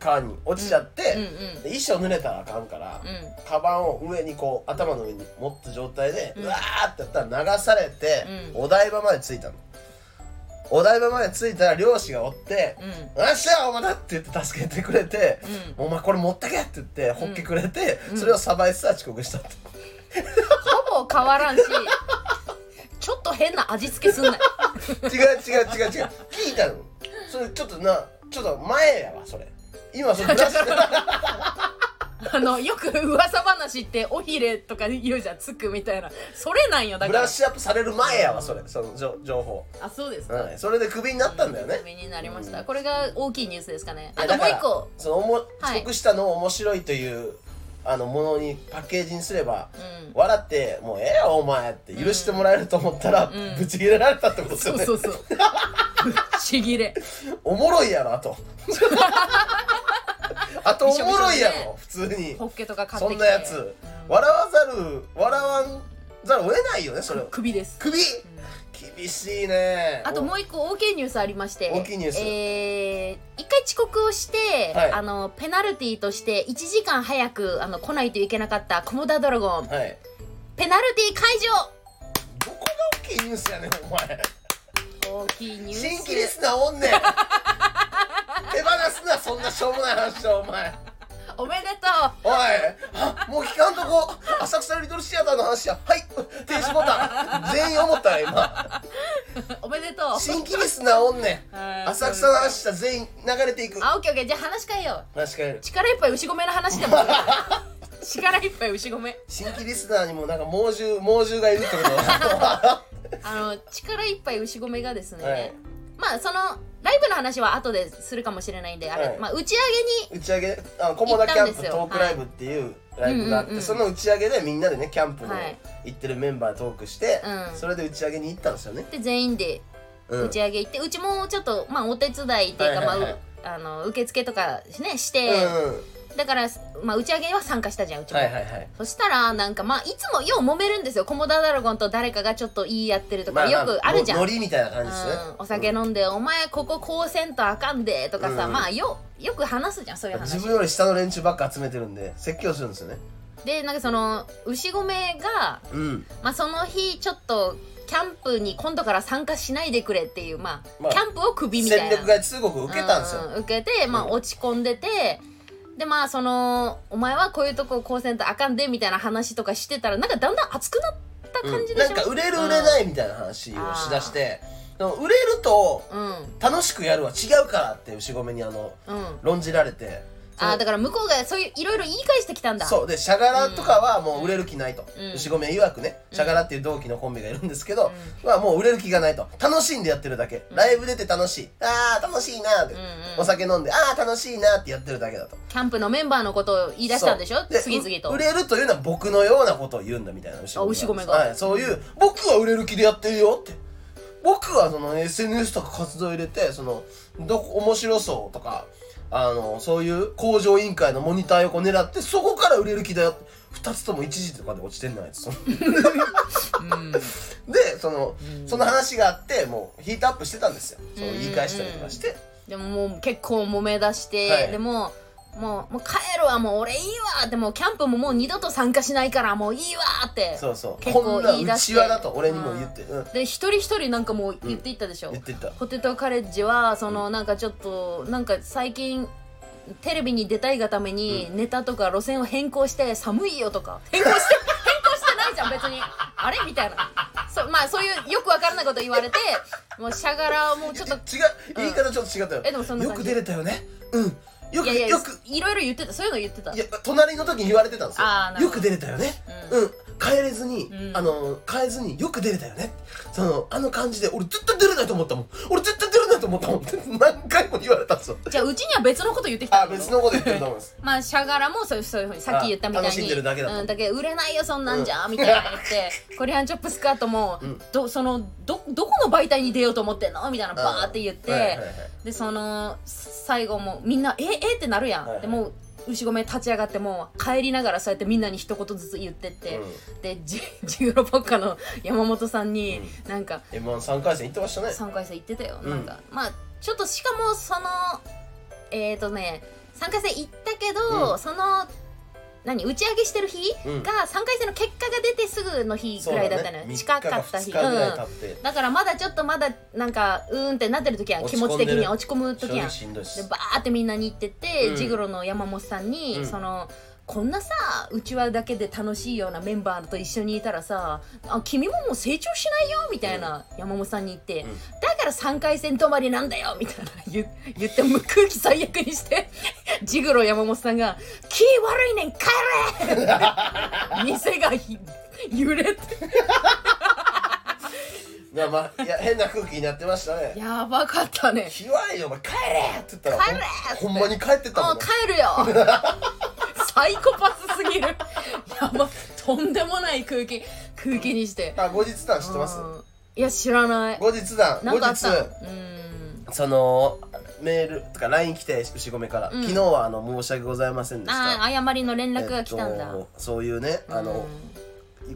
[SPEAKER 1] 川に落ちちゃって、
[SPEAKER 2] うんうん
[SPEAKER 1] で衣装濡れたらあかんから、
[SPEAKER 2] うん
[SPEAKER 1] カバンを上にこう頭の上に持った状態で、う
[SPEAKER 2] うん
[SPEAKER 1] わーってやったら流されて、
[SPEAKER 2] うん
[SPEAKER 1] お台場まで着いたのお台場まで着いたら漁師がおって
[SPEAKER 2] うん
[SPEAKER 1] 「よっしゃお前だ!」って言って助けてくれて「お前これ持ってけ!」って言ってほっけくれて、
[SPEAKER 2] うん
[SPEAKER 1] それをさばいてたら遅刻したって、
[SPEAKER 2] ほぼ変わらんしちょっと変な味付けすんなよ
[SPEAKER 1] 違う違う違う違う聞いたのそれちょっとなちょっと前やわそれ今それ ずらして
[SPEAKER 2] あのよく噂話って尾ひれとか言うじゃんつくみたいなそれなんよだ
[SPEAKER 1] ブ
[SPEAKER 2] か
[SPEAKER 1] ラ
[SPEAKER 2] ら
[SPEAKER 1] ッシュアップされる前やわそれその情情報、
[SPEAKER 2] あそうですか
[SPEAKER 1] はい、それでクビになったんだよね、
[SPEAKER 2] 身になりまし
[SPEAKER 1] う
[SPEAKER 2] た
[SPEAKER 1] ん
[SPEAKER 2] これが大きいニュースですかねあ
[SPEAKER 1] いや
[SPEAKER 2] と
[SPEAKER 1] だ
[SPEAKER 2] も
[SPEAKER 1] か
[SPEAKER 2] う
[SPEAKER 1] ら
[SPEAKER 2] 一個
[SPEAKER 1] そのおも
[SPEAKER 2] はい
[SPEAKER 1] 遅刻したのを面白いというあのものにパッケージにすれば、
[SPEAKER 2] うん
[SPEAKER 1] 笑って「もうええよお前」って許してもらえると思ったら、
[SPEAKER 2] うん
[SPEAKER 1] ぶち切れられたってことです
[SPEAKER 2] そ
[SPEAKER 1] よ
[SPEAKER 2] う
[SPEAKER 1] ね
[SPEAKER 2] そうそうちぎれ
[SPEAKER 1] おもろいやろあ とあとおもろいやろ普通に
[SPEAKER 2] ホッケとか買っ
[SPEAKER 1] そ
[SPEAKER 2] て
[SPEAKER 1] ん
[SPEAKER 2] きて
[SPEAKER 1] なやつ笑わざる笑わんざるを得ないよねそれを
[SPEAKER 2] 首です
[SPEAKER 1] 首厳しいね
[SPEAKER 2] あともう一個大きいニュースありまして
[SPEAKER 1] 大きいニュース
[SPEAKER 2] えー一回遅刻をして、
[SPEAKER 1] はい
[SPEAKER 2] あのペナルティとして1時間早くあの来ないといけなかったコモダドラゴン
[SPEAKER 1] はい
[SPEAKER 2] ペナルティ解
[SPEAKER 1] どこが大きいニュースやねんお前
[SPEAKER 2] 除大きいニュース
[SPEAKER 1] 新規リスナーおんねん手放すなそんなしょうもない話だお前
[SPEAKER 2] おめでと
[SPEAKER 1] おいあもう聞かんとこ浅草リトルシアターの話やはい停止ボタン全員思ったら
[SPEAKER 2] うおめでとう
[SPEAKER 1] 今新規リスナーおんね
[SPEAKER 2] はい
[SPEAKER 1] ん浅草の話したら全員流れていく
[SPEAKER 2] あオッケーオッケーじゃあ話変えよう
[SPEAKER 1] 確かに
[SPEAKER 2] 力いっぱい牛込めの話でも力いっぱい牛込め
[SPEAKER 1] 新規リスナーにもなんか猛獣猛獣がいるってこと
[SPEAKER 2] あの力いっぱい牛込めがですね、
[SPEAKER 1] はい
[SPEAKER 2] まあそのライブの話は後でするかもしれないんであれ、
[SPEAKER 1] はい
[SPEAKER 2] まあ打ち上げに
[SPEAKER 1] 打ち上げあコモダキャ
[SPEAKER 2] 行っ
[SPEAKER 1] ンプ
[SPEAKER 2] たんですよ
[SPEAKER 1] トークライブっていうライブがあって、
[SPEAKER 2] うんうんうん
[SPEAKER 1] その打ち上げでみんなでねキャンプに
[SPEAKER 2] はい
[SPEAKER 1] 行ってるメンバートークして、
[SPEAKER 2] うん
[SPEAKER 1] それで打ち上げに行ったんですよね、
[SPEAKER 2] で全員で
[SPEAKER 1] うん
[SPEAKER 2] 打ち上げ行って、うちもちょっとまあお手伝いっていうか、
[SPEAKER 1] はいはいはい
[SPEAKER 2] まあうあの受付とかねして、
[SPEAKER 1] うんうん
[SPEAKER 2] だからまあ打ち上げは参加したじゃんうちも、
[SPEAKER 1] はいはいはい
[SPEAKER 2] そしたらなんかまあいつもよう揉めるんですよコモダドラゴンと誰かがちょっと言い合ってるとか、よくあるじゃん
[SPEAKER 1] のノリみたいな感じですね
[SPEAKER 2] うん、お酒飲んで「お前こここうせんとあかんで」とかさ、
[SPEAKER 1] うん
[SPEAKER 2] まあよよく話すじゃんそういう
[SPEAKER 1] 自
[SPEAKER 2] 話
[SPEAKER 1] 分より下の連中ばっか集めてるんで説教するんですよね
[SPEAKER 2] でなんかその牛込が、
[SPEAKER 1] うん
[SPEAKER 2] まあ、その日ちょっとキャンプに今度から参加しないでくれっていう、まあ
[SPEAKER 1] まあ
[SPEAKER 2] キャンプをクビみたい
[SPEAKER 1] 戦
[SPEAKER 2] な
[SPEAKER 1] 略がすごく受けたんですよ、
[SPEAKER 2] うう受けて、まあ、
[SPEAKER 1] うん
[SPEAKER 2] 落ち込んでてでまあその「お前はこういうとここうせんとあかんで」みたいな話とかしてたらなんかだんだん熱くなった感じでしょ、
[SPEAKER 1] なんか売れる売れないみたいな話をしだして、でも売れると
[SPEAKER 2] うん
[SPEAKER 1] 楽しくやるは違うからって牛込にあの
[SPEAKER 2] うん
[SPEAKER 1] 論じられて
[SPEAKER 2] あーだから向こうがそういういろいろ言い返してきたんだ
[SPEAKER 1] そうでシャガラとかはもう売れる気ないと、
[SPEAKER 2] うん
[SPEAKER 1] 牛込曰くねシャガラっていう同期のコンビがいるんですけど、まあもう売れる気がないと楽しんでやってるだけ、ライブ出て楽しいあー楽しいなーって、
[SPEAKER 2] うん
[SPEAKER 1] お酒飲んであー楽しいなーってやってるだけだと
[SPEAKER 2] キャンプのメンバーのことを言い出したんでしょ
[SPEAKER 1] そうで
[SPEAKER 2] 次々と
[SPEAKER 1] う売れるというのは僕のようなことを言うんだみたいな
[SPEAKER 2] あ牛込が
[SPEAKER 1] はい、そういう、僕は売れる気でやってるよって僕はその SNS とか活動入れてそのどこ面白そうとかあのそういう工場委員会のモニター横狙ってそこから売れる気だよって2つとも1時とかで落ちてんのやつその
[SPEAKER 2] うん
[SPEAKER 1] でその、その話があってもうヒートアップしてたんですよその言い返したりとかして、
[SPEAKER 2] でももう結構揉め出して、
[SPEAKER 1] はい
[SPEAKER 2] でももうもう帰るわもう俺いいわでもキャンプももう二度と参加しないからもういいわって
[SPEAKER 1] そうそう
[SPEAKER 2] 結
[SPEAKER 1] こ
[SPEAKER 2] 構
[SPEAKER 1] んな
[SPEAKER 2] 言い出
[SPEAKER 1] う
[SPEAKER 2] して
[SPEAKER 1] ちわだと俺にも言って、うん
[SPEAKER 2] で一人一人なんかもう言っていったでしょ、
[SPEAKER 1] 言ってた
[SPEAKER 2] ポテトカレッジはそのなんかちょっとなんか最近テレビに出たいがためにネタとか路線を変更して寒いよとか変更して 変更してないじゃん別にあれみたいなそまあそういうよくわからないこと言われてもうしゃがらをもうちょっと
[SPEAKER 1] 違う言い方ちょっと違ったよ、
[SPEAKER 2] えでもそんな
[SPEAKER 1] よ
[SPEAKER 2] 感じ
[SPEAKER 1] く出れたよねうんよ
[SPEAKER 2] い
[SPEAKER 1] く
[SPEAKER 2] やいや
[SPEAKER 1] よく
[SPEAKER 2] いろいろ言ってたそういうの言ってた
[SPEAKER 1] いや隣の時に言わ
[SPEAKER 2] あーな
[SPEAKER 1] れてたんです
[SPEAKER 2] る
[SPEAKER 1] よ
[SPEAKER 2] ほ
[SPEAKER 1] よ
[SPEAKER 2] ど
[SPEAKER 1] く出れたよね
[SPEAKER 2] うん
[SPEAKER 1] うん帰帰れずに、
[SPEAKER 2] うん
[SPEAKER 1] あの変えずによく出れたよねそのあの感じで俺絶対出れないと思ったもん俺絶対出れないと思ったもんって 何回も言われたんですよ
[SPEAKER 2] じゃあうちには別のこと言ってきた
[SPEAKER 1] あ
[SPEAKER 2] んだけど
[SPEAKER 1] 別のこと言ってると思うんです
[SPEAKER 2] まあしゃがらもそうそういうふうにさっき言ったみたいに
[SPEAKER 1] あ楽しんでるだけだと
[SPEAKER 2] うん、だけど売れないよそんなんじゃ、みたいな言ってコリアンチョップスカートも、
[SPEAKER 1] ん
[SPEAKER 2] どそのどどこの媒体に出ようと思ってんのみたいな バーって言って、
[SPEAKER 1] はいはいはい
[SPEAKER 2] でその最後もみんな「ええってなるやん、
[SPEAKER 1] はいはい
[SPEAKER 2] でもう牛込立ち上がってもう帰りながらそうやってみんなに一言ずつ言ってって、でジジグロポッカの山本さんに、なんか
[SPEAKER 1] m 1 3回戦行ってましたね
[SPEAKER 2] 3回戦行ってたよ、
[SPEAKER 1] うん
[SPEAKER 2] なんかまあちょっとしかもそのえっ、ー、とね3回戦行ったけど、
[SPEAKER 1] う
[SPEAKER 2] その何打ち上げしてる日
[SPEAKER 1] うん
[SPEAKER 2] が3回戦の結果が出てすぐの日ぐらいだったのよ、近かった日
[SPEAKER 1] 3日ぐらい
[SPEAKER 2] うん
[SPEAKER 1] 経って、
[SPEAKER 2] だからまだちょっとまだなんかうーんってなってる時は
[SPEAKER 1] 落
[SPEAKER 2] 気
[SPEAKER 1] ち込
[SPEAKER 2] 持
[SPEAKER 1] んで
[SPEAKER 2] ち
[SPEAKER 1] る
[SPEAKER 2] 的には落ち込む時
[SPEAKER 1] 正
[SPEAKER 2] や
[SPEAKER 1] 直
[SPEAKER 2] ん
[SPEAKER 1] しんどいっ
[SPEAKER 2] ですバーってみんなに行ってって、
[SPEAKER 1] うん
[SPEAKER 2] ジグロの山本さんに、
[SPEAKER 1] うん
[SPEAKER 2] そのこんなさうちわだけで楽しいようなメンバーと一緒にいたらさあ君ももう成長しないよみたいな山本さんに言って、
[SPEAKER 1] うん
[SPEAKER 2] だから3回戦止まりなんだよみたいな言言ってもう空気最悪にして ジグロ山本さんが「気悪いねん帰 れ! 」店がひ揺れて
[SPEAKER 1] いやまあいや変な空気になってましたね
[SPEAKER 2] やばかったね
[SPEAKER 1] 「ひわいよお前帰れ!」って言ったら
[SPEAKER 2] 帰れーって
[SPEAKER 1] ほんほんまに帰ってった
[SPEAKER 2] あ
[SPEAKER 1] もん
[SPEAKER 2] あ
[SPEAKER 1] ね
[SPEAKER 2] 帰るよ サイコパスすぎる やばとんでもない空気空気にして
[SPEAKER 1] あ後日談知ってます
[SPEAKER 2] うんいや知らない
[SPEAKER 1] 後日談
[SPEAKER 2] なん
[SPEAKER 1] 後
[SPEAKER 2] かあっ
[SPEAKER 1] 日
[SPEAKER 2] たうん
[SPEAKER 1] そのメールとか LINE 来て牛込から、
[SPEAKER 2] うん
[SPEAKER 1] 昨日はあの申し訳ございませんでした
[SPEAKER 2] ああ誤りの連絡が来たんだ、
[SPEAKER 1] えっとそういうねあの、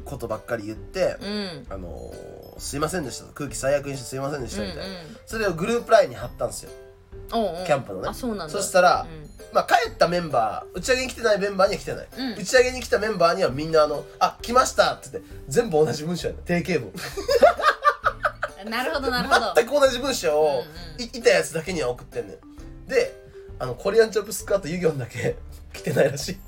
[SPEAKER 1] ことばっかり言って
[SPEAKER 2] うん、うん
[SPEAKER 1] あのすいませんでした空気最悪にしてすいませんでし
[SPEAKER 2] うん
[SPEAKER 1] た
[SPEAKER 2] う
[SPEAKER 1] み
[SPEAKER 2] ん
[SPEAKER 1] たいな、それをグループ LINE に貼ったんですよ
[SPEAKER 2] おうおう
[SPEAKER 1] キャンプのね
[SPEAKER 2] あそうなんだ
[SPEAKER 1] そしたら
[SPEAKER 2] うん
[SPEAKER 1] まあ帰ったメンバー打ち上げに来てないメンバーには来てない、
[SPEAKER 2] うん
[SPEAKER 1] 打ち上げに来たメンバーにはみんなあの「あ来ました」って言って全部同じ文章やな定 型文
[SPEAKER 2] なるほどなるほど
[SPEAKER 1] 全く同じ文章を、
[SPEAKER 2] うんうん
[SPEAKER 1] いいたやつだけには送ってんねんであのコリアンチョップスカートユギョンだけ 来てないらしい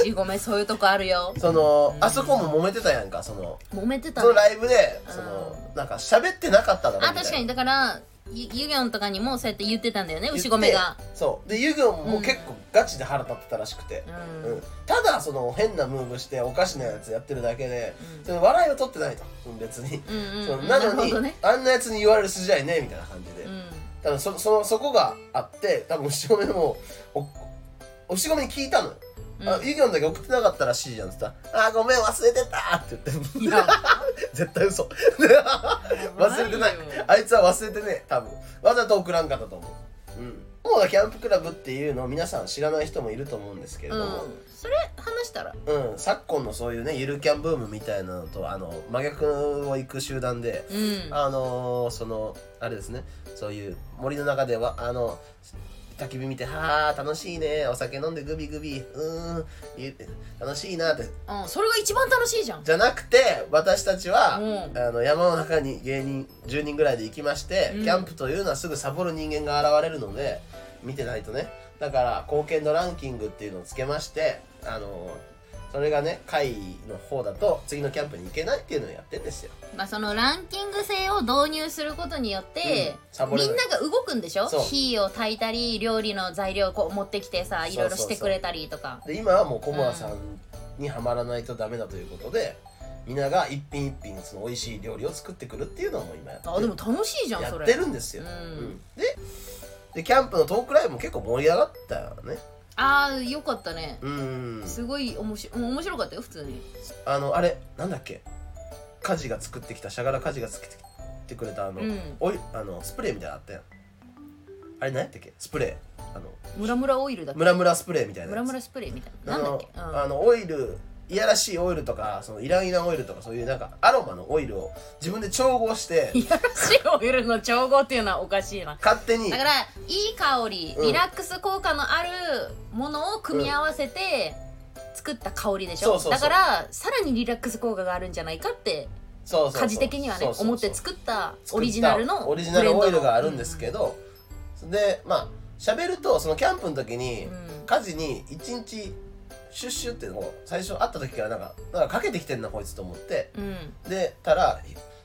[SPEAKER 2] 牛ごめんそういうとこあるよ
[SPEAKER 1] その、あそこも揉めてたやんかその
[SPEAKER 2] 揉めてた
[SPEAKER 1] そ
[SPEAKER 2] ね
[SPEAKER 1] のライブで
[SPEAKER 2] うん
[SPEAKER 1] そのなんか喋ってなかっただろみた
[SPEAKER 2] あ
[SPEAKER 1] いな
[SPEAKER 2] 確かにだからゆゆぎょんとかにもそうやって言ってたんだよね
[SPEAKER 1] 言って
[SPEAKER 2] 牛ごめが
[SPEAKER 1] そうでユギョンも結構ガチで腹立ってたらしくて、
[SPEAKER 2] う
[SPEAKER 1] うんんただその変なムーブしておかしなやつやってるだけで、
[SPEAKER 2] うん
[SPEAKER 1] その笑いを取ってないとうん別に、
[SPEAKER 2] うんうん
[SPEAKER 1] そう
[SPEAKER 2] うん
[SPEAKER 1] な
[SPEAKER 2] る
[SPEAKER 1] の
[SPEAKER 2] ほ
[SPEAKER 1] に
[SPEAKER 2] どね
[SPEAKER 1] あんなやつに言われる筋合いねみたいな感じで、
[SPEAKER 2] うん
[SPEAKER 1] 多分そそのそこがあって多分牛込もお牛込に聞いたの
[SPEAKER 2] う
[SPEAKER 1] よ、
[SPEAKER 2] ん
[SPEAKER 1] あユギョンだけ送ってなかったらしいじゃんって言ったら「あーごめん忘れてた」って言って
[SPEAKER 2] いや
[SPEAKER 1] 絶対嘘忘れてない
[SPEAKER 2] よ
[SPEAKER 1] あいつは忘れてねえ多分わざと送らんかったと思ううんもうキャンプクラブっていうのを皆さん知らない人もいると思うんですけれ
[SPEAKER 2] う
[SPEAKER 1] ど
[SPEAKER 2] ん
[SPEAKER 1] も、
[SPEAKER 2] それ話したら
[SPEAKER 1] うん昨今のそういうねゆるキャンブームみたいなのとあの真逆を行く集団で、
[SPEAKER 2] うん
[SPEAKER 1] あのー、そのあれですねそういう森の中ではあの焚き火見て「はあ楽しいねお酒飲んでグビグビうーんゆ楽しいな」って
[SPEAKER 2] うんそれが一番楽しいじゃん
[SPEAKER 1] じゃなくて私たちは、
[SPEAKER 2] うん
[SPEAKER 1] あの山の中に芸人10人ぐらいで行きまして、
[SPEAKER 2] うん
[SPEAKER 1] キャンプというのはすぐサボる人間が現れるので見てないとねだから貢献度ランキングっていうのをつけましてあのそれがね会の方だと次のキャンプに行けないっていうのをやってんですよ
[SPEAKER 2] まあそのランキング制を導入することによって
[SPEAKER 1] うんサボれ
[SPEAKER 2] み
[SPEAKER 1] ない
[SPEAKER 2] んなが動くんでしょ
[SPEAKER 1] そう
[SPEAKER 2] 火を焚いたり料理の材料をこう持ってきてさ
[SPEAKER 1] そう
[SPEAKER 2] い
[SPEAKER 1] そう
[SPEAKER 2] ろ
[SPEAKER 1] そ
[SPEAKER 2] いうろしてくれたりとか
[SPEAKER 1] で今はもうコモアさんにはまらないとダメだということでみんなが一品一品その美味しい料理を作ってくるっていうのも今やって
[SPEAKER 2] あでも楽しいじゃん
[SPEAKER 1] や
[SPEAKER 2] そ
[SPEAKER 1] って
[SPEAKER 2] れ
[SPEAKER 1] るんですよ、
[SPEAKER 2] うん
[SPEAKER 1] ででキャンプのトークライブも結構盛り上がったよね
[SPEAKER 2] ああよかったね
[SPEAKER 1] うん
[SPEAKER 2] すごいおもし面白かったよ普通に
[SPEAKER 1] あのあれなんだっけ家事が作ってきたシャガラ家事が作ってきてくれたあの、
[SPEAKER 2] うん
[SPEAKER 1] おいあのスプレーみたいなのあったやんあれ何やったっけスプレーあの
[SPEAKER 2] ムラムラオイルだっけ
[SPEAKER 1] ムラムラスプレーみたいな
[SPEAKER 2] ム
[SPEAKER 1] や
[SPEAKER 2] ラ
[SPEAKER 1] つ
[SPEAKER 2] ムラスプレーみたいな
[SPEAKER 1] あ
[SPEAKER 2] なんだっ
[SPEAKER 1] の
[SPEAKER 2] けうん
[SPEAKER 1] あのオイルいやらしいオイルとかそのイランイランオイルとかそういうなんかアロマのオイルを自分で調合して
[SPEAKER 2] いやらしいオイルの調合っていうのはおかしいな
[SPEAKER 1] 勝手に
[SPEAKER 2] だからいい香り、
[SPEAKER 1] うん
[SPEAKER 2] リラックス効果のあるものを組み合わせて作った香りでしょ、
[SPEAKER 1] そうそうそう
[SPEAKER 2] だからさらにリラックス効果があるんじゃないかって
[SPEAKER 1] そうそうそう
[SPEAKER 2] 家事的にはね
[SPEAKER 1] そうそうそう
[SPEAKER 2] 思って作った
[SPEAKER 1] 作
[SPEAKER 2] オ
[SPEAKER 1] った
[SPEAKER 2] リジナルの
[SPEAKER 1] オリジナルオイルがあるんです
[SPEAKER 2] ど、
[SPEAKER 1] けど、でまあ喋るとそのキャンプの時に、
[SPEAKER 2] うん
[SPEAKER 1] 家事に一日シュッシュってこう最初会った時からなんかなんかかけてきてんなこいつと思って
[SPEAKER 2] うん
[SPEAKER 1] でたら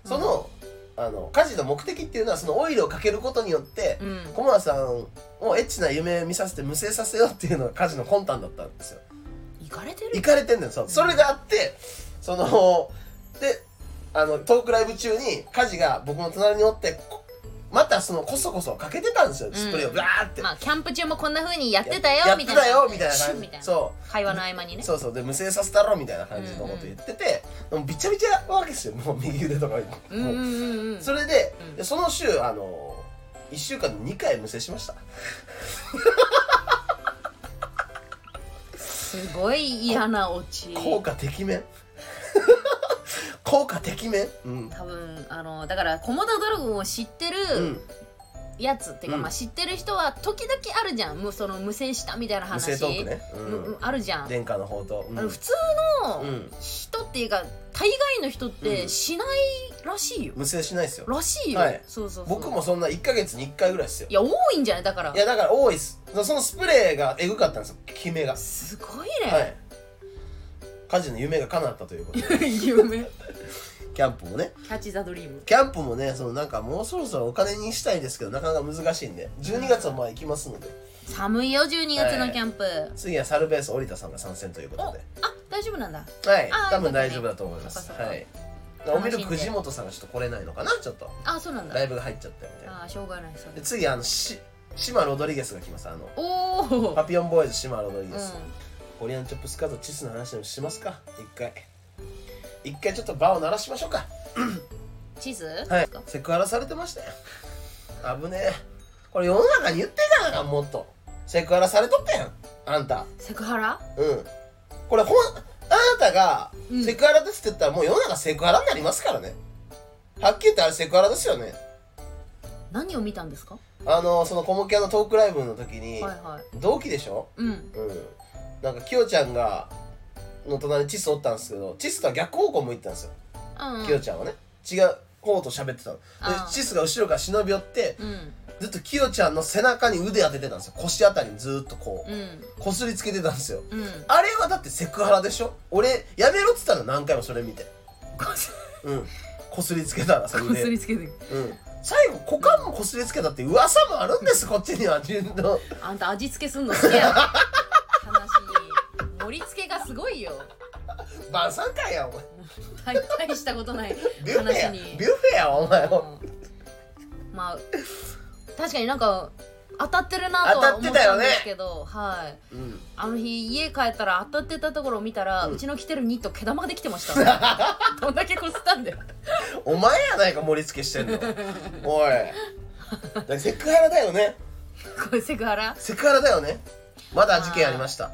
[SPEAKER 1] その,、あの家事の目的っていうのはそのオイルをかけることによって、
[SPEAKER 2] うん
[SPEAKER 1] コモアさんをエッチな夢見させて無制させようっていうのが家事の魂胆だったんですよ
[SPEAKER 2] かれてる
[SPEAKER 1] 行かれてんのよそうそれがあってそのであのトークライブ中にカジが僕の隣におってこまたそのこそこそかけてたんですよディスプレイを
[SPEAKER 2] うん
[SPEAKER 1] ブラーって、
[SPEAKER 2] まあキャンプ中もこんな風にやってた
[SPEAKER 1] や
[SPEAKER 2] よ
[SPEAKER 1] っ
[SPEAKER 2] みた
[SPEAKER 1] て
[SPEAKER 2] いな
[SPEAKER 1] たよみたいな
[SPEAKER 2] シュ
[SPEAKER 1] 感
[SPEAKER 2] ッ
[SPEAKER 1] じ
[SPEAKER 2] みたいな
[SPEAKER 1] そ
[SPEAKER 2] 会話の合間に
[SPEAKER 1] う
[SPEAKER 2] ね
[SPEAKER 1] そうそうで無制させたろみたいな感じのこと言ってて、でもびちゃびちゃわけですよもう右腕とか、
[SPEAKER 2] うんうんうんうん
[SPEAKER 1] それで,、
[SPEAKER 2] うん
[SPEAKER 1] でその週あの1週間で2回無制しました
[SPEAKER 2] すごい嫌なオチ
[SPEAKER 1] 効果てき めん効果てきめんうん
[SPEAKER 2] 多分あのだからコモダドラゴンを知って
[SPEAKER 1] う
[SPEAKER 2] る
[SPEAKER 1] ん
[SPEAKER 2] やつ、っていうか、
[SPEAKER 1] うん
[SPEAKER 2] まあ、知ってる人は時々あるじゃんむその無線したみたいな
[SPEAKER 1] 無
[SPEAKER 2] 話
[SPEAKER 1] 制トークね、う
[SPEAKER 2] む
[SPEAKER 1] ん、
[SPEAKER 2] あるじゃん、
[SPEAKER 1] 殿下の宝刀、うん
[SPEAKER 2] あの普通
[SPEAKER 1] う
[SPEAKER 2] の
[SPEAKER 1] ん、
[SPEAKER 2] 人っていうか大概の人っ
[SPEAKER 1] う
[SPEAKER 2] て
[SPEAKER 1] ん
[SPEAKER 2] しないらしいよ、
[SPEAKER 1] 無制しないですよ
[SPEAKER 2] らしいよ、
[SPEAKER 1] はい
[SPEAKER 2] そうそうそう
[SPEAKER 1] 僕もそんな1ヶ月に1回ぐらいですよ
[SPEAKER 2] いや多いんじゃないだから
[SPEAKER 1] いやだから多いっすそのスプレーがえぐかったんですよ効き目がは
[SPEAKER 2] すごいね、
[SPEAKER 1] い家事の夢が叶ったということ で
[SPEAKER 2] 夢キ
[SPEAKER 1] キャンプもね
[SPEAKER 2] ャッチ・ザ・ドリーム
[SPEAKER 1] キャンプもねそのなんかもうそろそろお金にしたいですけどなかなか難しいんで12月はまあ行きますので
[SPEAKER 2] 寒いよ12月のキャンプ、
[SPEAKER 1] 次はサルベース織田さんが参戦というこ
[SPEAKER 2] お
[SPEAKER 1] と
[SPEAKER 2] あ
[SPEAKER 1] で
[SPEAKER 2] 大丈夫なんだ
[SPEAKER 1] はい
[SPEAKER 2] あー
[SPEAKER 1] 多分大丈夫だと思いま
[SPEAKER 2] そっ
[SPEAKER 1] す
[SPEAKER 2] かそっか
[SPEAKER 1] はい
[SPEAKER 2] 楽しん
[SPEAKER 1] おみ
[SPEAKER 2] で
[SPEAKER 1] る藤本さんがちょっと来れないのかなちょっと
[SPEAKER 2] あそうなんだ
[SPEAKER 1] ライブが入っちゃったみたいな
[SPEAKER 2] あしょうがないそう
[SPEAKER 1] で次あのし島ロドリゲスが来ますあの
[SPEAKER 2] おお
[SPEAKER 1] パピオンボーイズ島ロドリ
[SPEAKER 2] う
[SPEAKER 1] ゲ
[SPEAKER 2] ん
[SPEAKER 1] ス、コリアンチョップスカートチスの話でもしますか一回一回ちょっと場を鳴らしましょうか
[SPEAKER 2] 地図、
[SPEAKER 1] はいセクハラされてましたよ危ねえこれ世の中に言っていかなあかんもっとセクハラされとったやんあんた
[SPEAKER 2] セクハラ
[SPEAKER 1] うんこれほんあなたが
[SPEAKER 2] うん
[SPEAKER 1] セクハラですって言ったらもう世の中セクハラになりますからねはっきり言ってあれセクハラですよね
[SPEAKER 2] 何を見たんですか
[SPEAKER 1] あのそのコモキャのトークライブの時に
[SPEAKER 2] はいはい
[SPEAKER 1] 同期でしょ
[SPEAKER 2] うん
[SPEAKER 1] うんなんかキヨちゃんがの隣にチスおったんですけどチスとは逆方向向いてたんですよ
[SPEAKER 2] うん
[SPEAKER 1] キヨちゃんはね違う方と喋ってたので
[SPEAKER 2] あー
[SPEAKER 1] チスが後ろから忍び寄って
[SPEAKER 2] うん
[SPEAKER 1] ずっとキヨちゃんの背中に腕当ててたんですよ腰あたりにずーっとこう
[SPEAKER 2] うん
[SPEAKER 1] こすりつけてたんですよ
[SPEAKER 2] うん
[SPEAKER 1] あれはだってセクハラでしょ俺やめろっつったの何回もそれ見て
[SPEAKER 2] こす
[SPEAKER 1] うんこすりつけたらそ
[SPEAKER 2] こ
[SPEAKER 1] れ
[SPEAKER 2] す
[SPEAKER 1] で、
[SPEAKER 2] りつけて
[SPEAKER 1] うん、最後股間もこすりつけたって噂もあるんですこっちには自分の
[SPEAKER 2] あんた味付けすんの好きやん話に盛り付けがすごいよ
[SPEAKER 1] 晩餐会やお前
[SPEAKER 2] 大大したことない
[SPEAKER 1] ビュッフェや
[SPEAKER 2] 話
[SPEAKER 1] ビュ
[SPEAKER 2] に
[SPEAKER 1] ッフェやお前も
[SPEAKER 2] うんまあ確かになんか当たってるなとは思ったんですけど、はい
[SPEAKER 1] うん
[SPEAKER 2] あの日家帰ったら当たってたところを見たら、
[SPEAKER 1] う
[SPEAKER 2] うんちの着てるニット毛玉できてました どんだけこすったんだよ
[SPEAKER 1] お前やないか盛り付けしてんのおいだからセクハラだよね
[SPEAKER 2] これセクハラ
[SPEAKER 1] セクハラだよねまだ事件ありました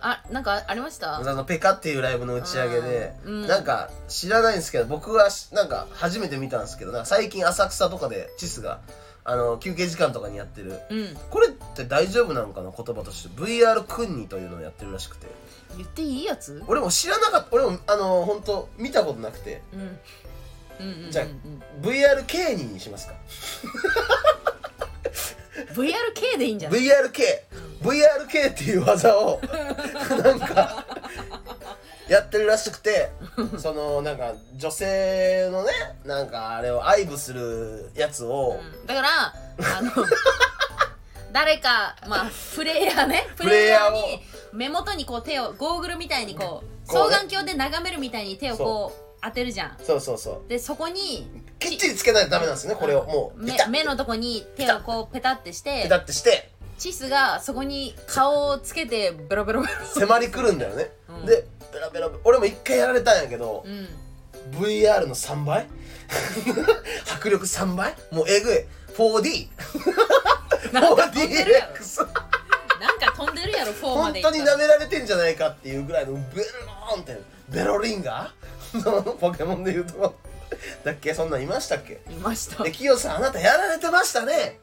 [SPEAKER 2] あなんかありました
[SPEAKER 1] あのペカっていうライブの打ち上げで、
[SPEAKER 2] あーうん
[SPEAKER 1] なんか知らないんですけど僕はしなんか初めて見たんですけどなんか最近浅草とかでチスがあの休憩時間とかにやってる
[SPEAKER 2] うん
[SPEAKER 1] これって大丈夫なのかな言葉として VR クンニというのをやってるらしくて
[SPEAKER 2] 言っていいやつ
[SPEAKER 1] 俺も知らなかった俺もあの本当見たことなくて
[SPEAKER 2] うんうんうんうん、
[SPEAKER 1] じゃあ
[SPEAKER 2] うん、
[SPEAKER 1] VR ケーニーにしますか
[SPEAKER 2] VRK でいいんじゃない
[SPEAKER 1] VRKVRK っていう技を なんかやってるらしくてそのなんか女性のねなんかあれを愛撫するやつを、
[SPEAKER 2] うんだから あの誰かまあプレイヤーねプ
[SPEAKER 1] プレイ
[SPEAKER 2] レイ
[SPEAKER 1] ヤ
[SPEAKER 2] ヤー
[SPEAKER 1] ーを
[SPEAKER 2] に目元にこう手をゴーグルみたいにこう
[SPEAKER 1] こう
[SPEAKER 2] 双
[SPEAKER 1] ね
[SPEAKER 2] 眼鏡で眺めるみたいに手をこう当てるじゃん
[SPEAKER 1] そうそうそう
[SPEAKER 2] でそこに
[SPEAKER 1] きっちりつけないとダメなんですよねこれをもう
[SPEAKER 2] 目
[SPEAKER 1] ピタッ
[SPEAKER 2] 目のとこに手をこうペタってして
[SPEAKER 1] ピタッてして
[SPEAKER 2] チスがそこに顔をつけてベロベロベロ
[SPEAKER 1] 迫りくるんだよね、
[SPEAKER 2] うん
[SPEAKER 1] でペラペラ俺も一回やられたんやけど
[SPEAKER 2] う、ん
[SPEAKER 1] VR の3倍 迫力3倍もうえぐい 4D
[SPEAKER 2] なんか飛んでるやろ
[SPEAKER 1] 4DX
[SPEAKER 2] なんか飛んでるやろ4ま
[SPEAKER 1] 本
[SPEAKER 2] でい
[SPEAKER 1] 当
[SPEAKER 2] っ
[SPEAKER 1] に
[SPEAKER 2] た
[SPEAKER 1] 舐
[SPEAKER 2] ら
[SPEAKER 1] められてんじゃないかっていうぐらいのベローンってベロリンガー そのポケモンで言うとだっけそんなんいましたっけ
[SPEAKER 2] いました
[SPEAKER 1] でキヨさんあなたやられてましたね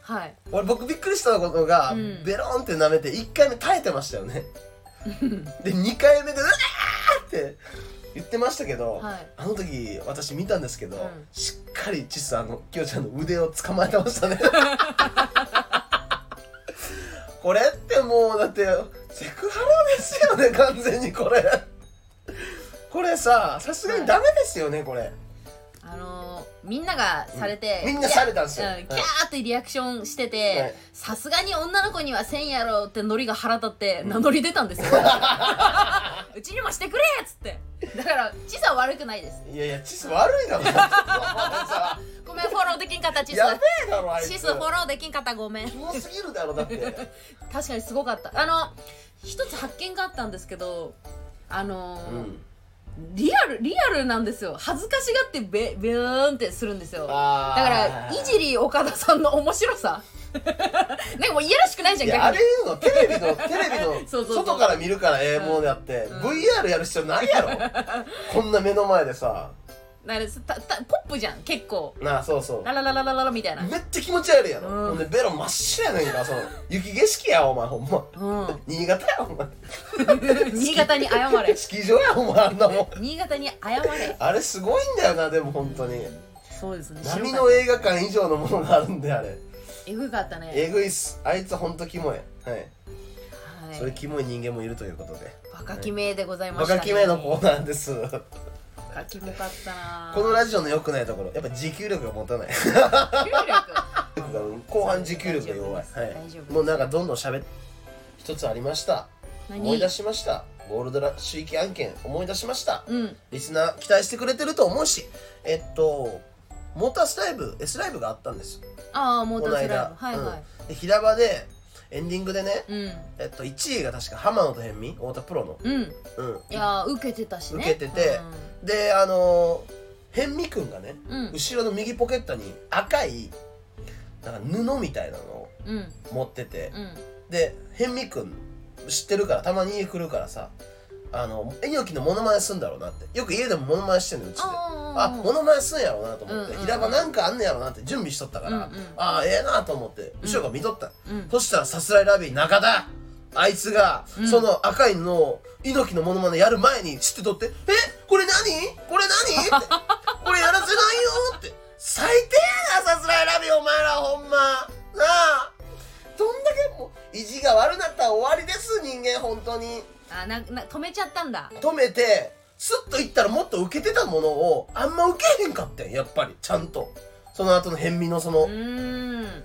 [SPEAKER 2] はい
[SPEAKER 1] 俺僕びっくりしたことが、
[SPEAKER 2] うん
[SPEAKER 1] ベローンって舐めて1回目耐えてましたよ ねで2回目で「うわー!」って言ってましたけど、
[SPEAKER 2] はい
[SPEAKER 1] あの時私見たんですけど、
[SPEAKER 2] うん
[SPEAKER 1] しっかりチスあのキヨちゃんの腕を捕まえてまし たねこれってもうだってセクハラですよね完全にこれこれささすがにダメですよねこれ
[SPEAKER 2] あのーみんながされて、
[SPEAKER 1] みんなされたんですよ
[SPEAKER 2] う
[SPEAKER 1] はい
[SPEAKER 2] キャーってリアクションして
[SPEAKER 1] は
[SPEAKER 2] て
[SPEAKER 1] い
[SPEAKER 2] さすがに女の子にはせんやろってノリが腹立って名乗り出たんですよ うちにもしてくれっつってだからチサは悪くないです
[SPEAKER 1] いやいやチス悪いだろお前 さ
[SPEAKER 2] ごめんフォローできんかったチ
[SPEAKER 1] やべ
[SPEAKER 2] ス
[SPEAKER 1] えだろあいつ
[SPEAKER 2] チスフォローできんかったごめん
[SPEAKER 1] キモすぎるだろだってう
[SPEAKER 2] 確かにすごかったあの一つ発見があったんですけどあのー
[SPEAKER 1] ん
[SPEAKER 2] リアルリアルなんですよ恥ずかしがってベベーンってするんですよだから
[SPEAKER 1] あー
[SPEAKER 2] いじり岡田さんの面白さ なんかもういやらしくないじゃ
[SPEAKER 1] い
[SPEAKER 2] ん
[SPEAKER 1] やあ
[SPEAKER 2] 逆
[SPEAKER 1] れ
[SPEAKER 2] に
[SPEAKER 1] いうのテレビのテ レビ
[SPEAKER 2] そうそうそ
[SPEAKER 1] の
[SPEAKER 2] う
[SPEAKER 1] 外から見るからええものであって、VR やる必要ないやろこんな目の前でさ
[SPEAKER 2] なんかたたポップじゃん結構
[SPEAKER 1] なあそうそう
[SPEAKER 2] ラララララララみたいなうん
[SPEAKER 1] めっちゃ気持ち悪いやろ、
[SPEAKER 2] うん
[SPEAKER 1] ほんでベロ真っ白やねんからその雪景色やお前ほんま新潟やお前
[SPEAKER 2] 新潟に謝れ
[SPEAKER 1] スキー場やお前あんなもん
[SPEAKER 2] 新潟に謝れ
[SPEAKER 1] あれすごいんだよなでも本当に
[SPEAKER 2] そうですね
[SPEAKER 1] 波
[SPEAKER 2] 白か
[SPEAKER 1] の映画館以上のものがあるんであれ
[SPEAKER 2] エグかったね
[SPEAKER 1] えぐいっすあいつ本当キモいはい、
[SPEAKER 2] は
[SPEAKER 1] そういう
[SPEAKER 2] い
[SPEAKER 1] キモい人間もいるということで
[SPEAKER 2] 若き名でございまし
[SPEAKER 1] バ
[SPEAKER 2] た
[SPEAKER 1] カキメのコー
[SPEAKER 2] 子
[SPEAKER 1] ナーです
[SPEAKER 2] 若きもかったな
[SPEAKER 1] このラジオの良くないところやっぱ持久力が持たない
[SPEAKER 2] 給 力
[SPEAKER 1] 後半持久力が弱い、
[SPEAKER 2] 大丈夫
[SPEAKER 1] は
[SPEAKER 2] です
[SPEAKER 1] い、もうなんかどんどん喋っ一つありました
[SPEAKER 2] 何
[SPEAKER 1] 思い出しましたゴールドラッシュ域案件思い出しました、
[SPEAKER 2] うん
[SPEAKER 1] リスナー期待してくれてると思うしえっとモータースライブ S ライブがあったんです
[SPEAKER 2] ああモータ
[SPEAKER 1] こ
[SPEAKER 2] ー
[SPEAKER 1] の
[SPEAKER 2] スライ
[SPEAKER 1] 間
[SPEAKER 2] ブはいは
[SPEAKER 1] うんで平場でエンディングでね、
[SPEAKER 2] いうん
[SPEAKER 1] えっと、1位が確か浜野と辺見太田プロの、
[SPEAKER 2] うん
[SPEAKER 1] うん、
[SPEAKER 2] いやー受けてたしね
[SPEAKER 1] 受けててであのー、辺見くんがね、
[SPEAKER 2] うんうん
[SPEAKER 1] 後ろの右ポケットに赤いなんか布みたいなのを
[SPEAKER 2] うん
[SPEAKER 1] 持ってて、
[SPEAKER 2] うん
[SPEAKER 1] で辺見くん知ってるからたまに家来るからさあの猪木のモノマネすんだろうなってよく家でもモノマネしてんのうちであ
[SPEAKER 2] あ
[SPEAKER 1] モノマネすんやろうなと思っ
[SPEAKER 2] う
[SPEAKER 1] て、
[SPEAKER 2] んうんうん
[SPEAKER 1] 平場なんかあんねやろうなって準備しとったから、
[SPEAKER 2] うんうん
[SPEAKER 1] ああええなと思って後ろが見とった、
[SPEAKER 2] ーうん
[SPEAKER 1] そしたらさすらいラビー中田あいつが、
[SPEAKER 2] うん
[SPEAKER 1] その赤いのを猪木のモノマネやる前に知ってとって「えこれ何これ何?」って「これやらせないよ」って最低やなさすらいラビーお前らほんまなあどんだけもう意地が悪なったら終わりです人間本当に
[SPEAKER 2] あなな止めちゃったんだ
[SPEAKER 1] 止めてスッと行ったらもっと受けてたものをあんま受けへんかってんやっぱりちゃんとその後の辺見のその、
[SPEAKER 2] うー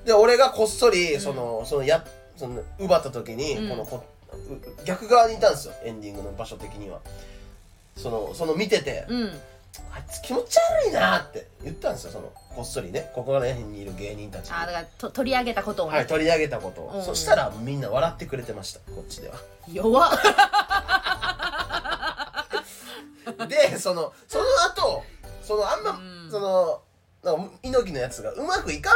[SPEAKER 2] ん
[SPEAKER 1] で俺がこっそり
[SPEAKER 2] ん
[SPEAKER 1] その、そのやその奪った時に、
[SPEAKER 2] うん
[SPEAKER 1] このこう逆側にいたんですよエンディングの場所的にはそのその見てて、
[SPEAKER 2] うん
[SPEAKER 1] あいつ気持ち悪いなって言ったんですよそのこっそりねここら辺にいる芸人たちに
[SPEAKER 2] あーだからと取り上げたことをね、
[SPEAKER 1] はい取り上げたこと
[SPEAKER 2] う
[SPEAKER 1] を
[SPEAKER 2] ん
[SPEAKER 1] そしたらみんな笑ってくれてましたこっちでは
[SPEAKER 2] 弱っ
[SPEAKER 1] でそのその後そのあんま、
[SPEAKER 2] うん
[SPEAKER 1] そのなんか猪木のやつがうまくいかん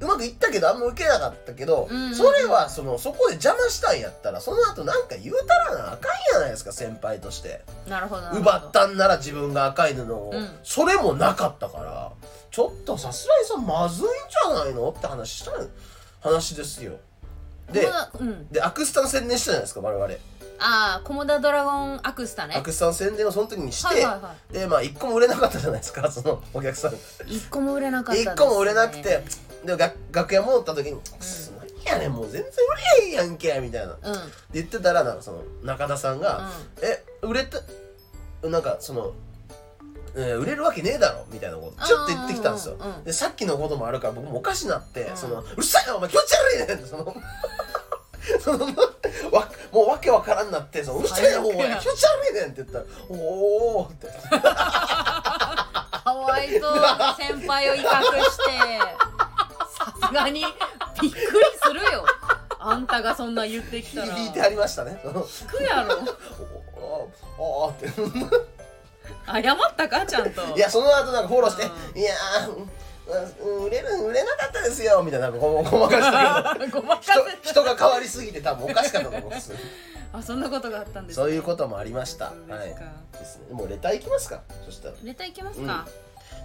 [SPEAKER 1] うまくいったけどあんま受けなかったけど、
[SPEAKER 2] うんうんうん
[SPEAKER 1] それはそのそこで邪魔したんやったらその後なんか言うたらなあかんやないですか先輩として
[SPEAKER 2] なるほどなるほど
[SPEAKER 1] 奪ったんなら自分が赤い布を、
[SPEAKER 2] うん
[SPEAKER 1] それもなかったからちょっとさすらいさんまずいんじゃないのって話したの話ですよで
[SPEAKER 2] このうん
[SPEAKER 1] でアクスタの宣伝したじゃないですか我々
[SPEAKER 2] ああコモダドラゴンアクスタね
[SPEAKER 1] アクスタの宣伝をその時にして、
[SPEAKER 2] はいはいは
[SPEAKER 1] でまあ一個も売れなかったじゃないですかそのお客さん
[SPEAKER 2] い一個も売れなかったですね
[SPEAKER 1] 一個も売れなくてで楽楽屋戻った時に「くす何やねんもう全然売れへんやんけ」みたいなで
[SPEAKER 2] うん
[SPEAKER 1] 言ってたらなんかその中田さんが「え売れたなんかその、えー売れるわけねえだろ」みたいなことちょっと言ってきたんですよ
[SPEAKER 2] うんうんうん
[SPEAKER 1] でさっきのこともあるから僕もおかしなって
[SPEAKER 2] う
[SPEAKER 1] 「
[SPEAKER 2] ん
[SPEAKER 1] そのうるさいなお前気持ち悪いねん」そのその わもうわけわからんなって「そのうるさいなお前気持ち悪いねん」って言ったら「おーおー」って
[SPEAKER 2] かわいそう先輩を威嚇してさすがにびっくりするよあんたがそんな言ってきたら
[SPEAKER 1] 引いてありましたね。 その
[SPEAKER 2] 聞くやろ
[SPEAKER 1] おーおーって
[SPEAKER 2] 謝ったかちゃんと
[SPEAKER 1] いやその後なんかフォローして
[SPEAKER 2] う
[SPEAKER 1] 「いやーうんうん売れる売れなかったですよ」みたいななんか ごごま かしたけど
[SPEAKER 2] ごまかせ
[SPEAKER 1] 人人が変わりすぎて多分おかしかったと思うんです
[SPEAKER 2] あそんなことがあったんです
[SPEAKER 1] そういうこともありましたは
[SPEAKER 2] そうですか
[SPEAKER 1] いですねもうレターいきますかそしたら
[SPEAKER 2] レターいきますか、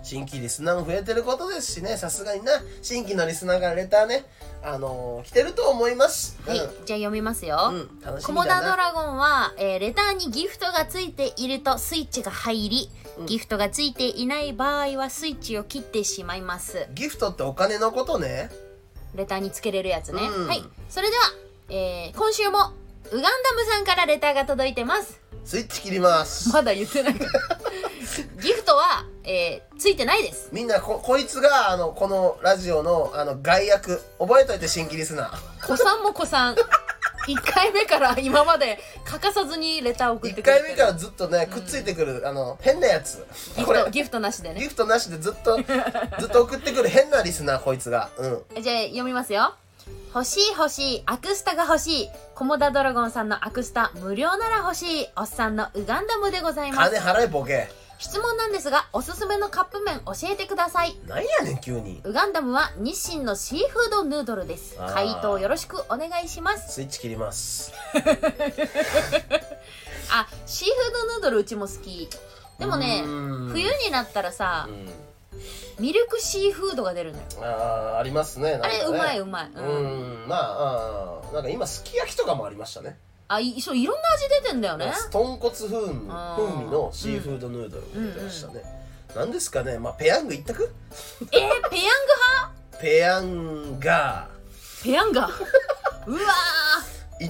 [SPEAKER 1] 新規リスナーも増えてることですしねさすがにな新規のリスナーからレターねあのー、来てると思います
[SPEAKER 2] はいじゃ
[SPEAKER 1] う
[SPEAKER 2] あ読みますよ、
[SPEAKER 1] ん、うん、楽し
[SPEAKER 2] コ
[SPEAKER 1] み
[SPEAKER 2] モダ
[SPEAKER 1] だ
[SPEAKER 2] ド
[SPEAKER 1] な
[SPEAKER 2] ラゴンは、えーレターにギフトがついているとスイッチが入り、
[SPEAKER 1] うん
[SPEAKER 2] ギフトがついていない場合はスイッチを切ってしまいます
[SPEAKER 1] ギフトってお金のことね
[SPEAKER 2] レターにつけれるやつね、
[SPEAKER 1] うん
[SPEAKER 2] はいそれでは、えー今週もウガンダムさんからレターが届いてます
[SPEAKER 1] スイッチ切ります
[SPEAKER 2] まだ言ってないからギフトは、えーついてないです
[SPEAKER 1] みんなここいつがあのこのラジオのあの外役覚えといて新規リスナー
[SPEAKER 2] 子さんも子 さん1回目から今まで欠かさずにレター送って
[SPEAKER 1] 1
[SPEAKER 2] くれ
[SPEAKER 1] 回
[SPEAKER 2] てる
[SPEAKER 1] 目からずっとねくっついてくる、あの変なやつ
[SPEAKER 2] ギ
[SPEAKER 1] こ
[SPEAKER 2] フ
[SPEAKER 1] れ
[SPEAKER 2] トギフトなしで
[SPEAKER 1] ギ
[SPEAKER 2] ね
[SPEAKER 1] フトなしでずっ とずっと送ってくる変なリスナーこいつがうん
[SPEAKER 2] じゃあ読みますよ欲しい欲しいアクスタが欲しいコモダドラゴンさんのアクスタ無料なら欲しいおっさんのウガンダムでございます
[SPEAKER 1] 金払えボケ
[SPEAKER 2] 質問なんですがおすすめのカップ麺教えてください
[SPEAKER 1] なんやねん急に
[SPEAKER 2] ウガンダムは日清のシーフードヌードルです
[SPEAKER 1] あー
[SPEAKER 2] 回答よろしくお願いします
[SPEAKER 1] スイッチ切ります
[SPEAKER 2] あシーフードヌードルうちも好きでもね
[SPEAKER 1] うーん
[SPEAKER 2] 冬になったらさ
[SPEAKER 1] うん
[SPEAKER 2] ミルクシーフードが出るのよ
[SPEAKER 1] あーありますねな
[SPEAKER 2] あ
[SPEAKER 1] んか
[SPEAKER 2] れ
[SPEAKER 1] ね
[SPEAKER 2] うまいうまい、うん
[SPEAKER 1] うんまああーなんか今すき焼きとかもありましたね
[SPEAKER 2] あいそういろんな味出てんだよね
[SPEAKER 1] 豚骨風味
[SPEAKER 2] あー
[SPEAKER 1] 風味のシーフードヌードルが出てましたね、なんですかねまあペヤング一択
[SPEAKER 2] えー、ペヤング派
[SPEAKER 1] ペヤンガ
[SPEAKER 2] ペヤン ガうわ
[SPEAKER 1] ー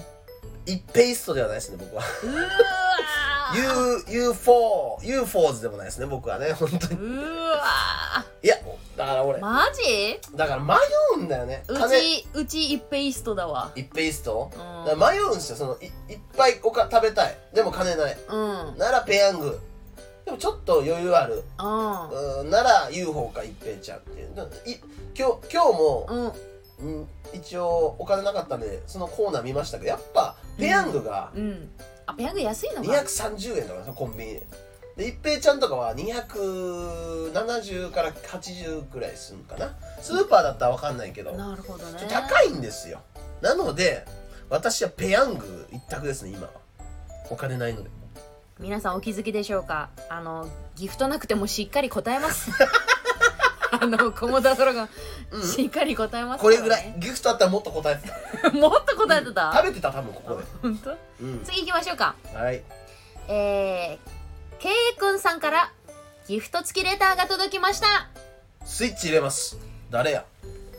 [SPEAKER 1] い一ペイストではないですね僕は
[SPEAKER 2] ーうわ
[SPEAKER 1] U UFO UFOs でもないですね僕はね本当に
[SPEAKER 2] ーうわ
[SPEAKER 1] いやだから俺
[SPEAKER 2] ーマジ
[SPEAKER 1] だから迷うんだよね
[SPEAKER 2] う
[SPEAKER 1] 金
[SPEAKER 2] ちうち一平イストだわ
[SPEAKER 1] 一ペイスト
[SPEAKER 2] うん
[SPEAKER 1] だから迷うんですよそのいいっぱいおか食べたいでも金ない
[SPEAKER 2] うんうん
[SPEAKER 1] ならペヤングでもちょっと余裕ある
[SPEAKER 2] う
[SPEAKER 1] うんなら UFO か一平ちゃんっていうだからい今日今日も、
[SPEAKER 2] ん
[SPEAKER 1] うん、一応お金なかったんでそのコーナー見ましたけどやっぱペヤングが
[SPEAKER 2] うんあペヤング安いのか
[SPEAKER 1] 230円だからそのコンビニで一平ちゃんとかは270から80くらいするんかなスーパーだったら分かんないけど
[SPEAKER 2] なるほどね
[SPEAKER 1] 高いんですよなので私はペヤング一択ですね今はお金ないので
[SPEAKER 2] 皆さんお気づきでしょうかあのギフトなくてもしっかり答えます あのコモダドラゴン、
[SPEAKER 1] うん
[SPEAKER 2] しっかり答えますか
[SPEAKER 1] こ
[SPEAKER 2] ら
[SPEAKER 1] れ
[SPEAKER 2] ね
[SPEAKER 1] ぐらいギフトあったらもっと答えてた
[SPEAKER 2] もっと答えてた、
[SPEAKER 1] 食べてた多分ここで
[SPEAKER 2] 本当
[SPEAKER 1] うん
[SPEAKER 2] 次行きましょうか
[SPEAKER 1] はい
[SPEAKER 2] えー、けいくんさんからギフト付きレターが届きました
[SPEAKER 1] スイッチ入れます誰や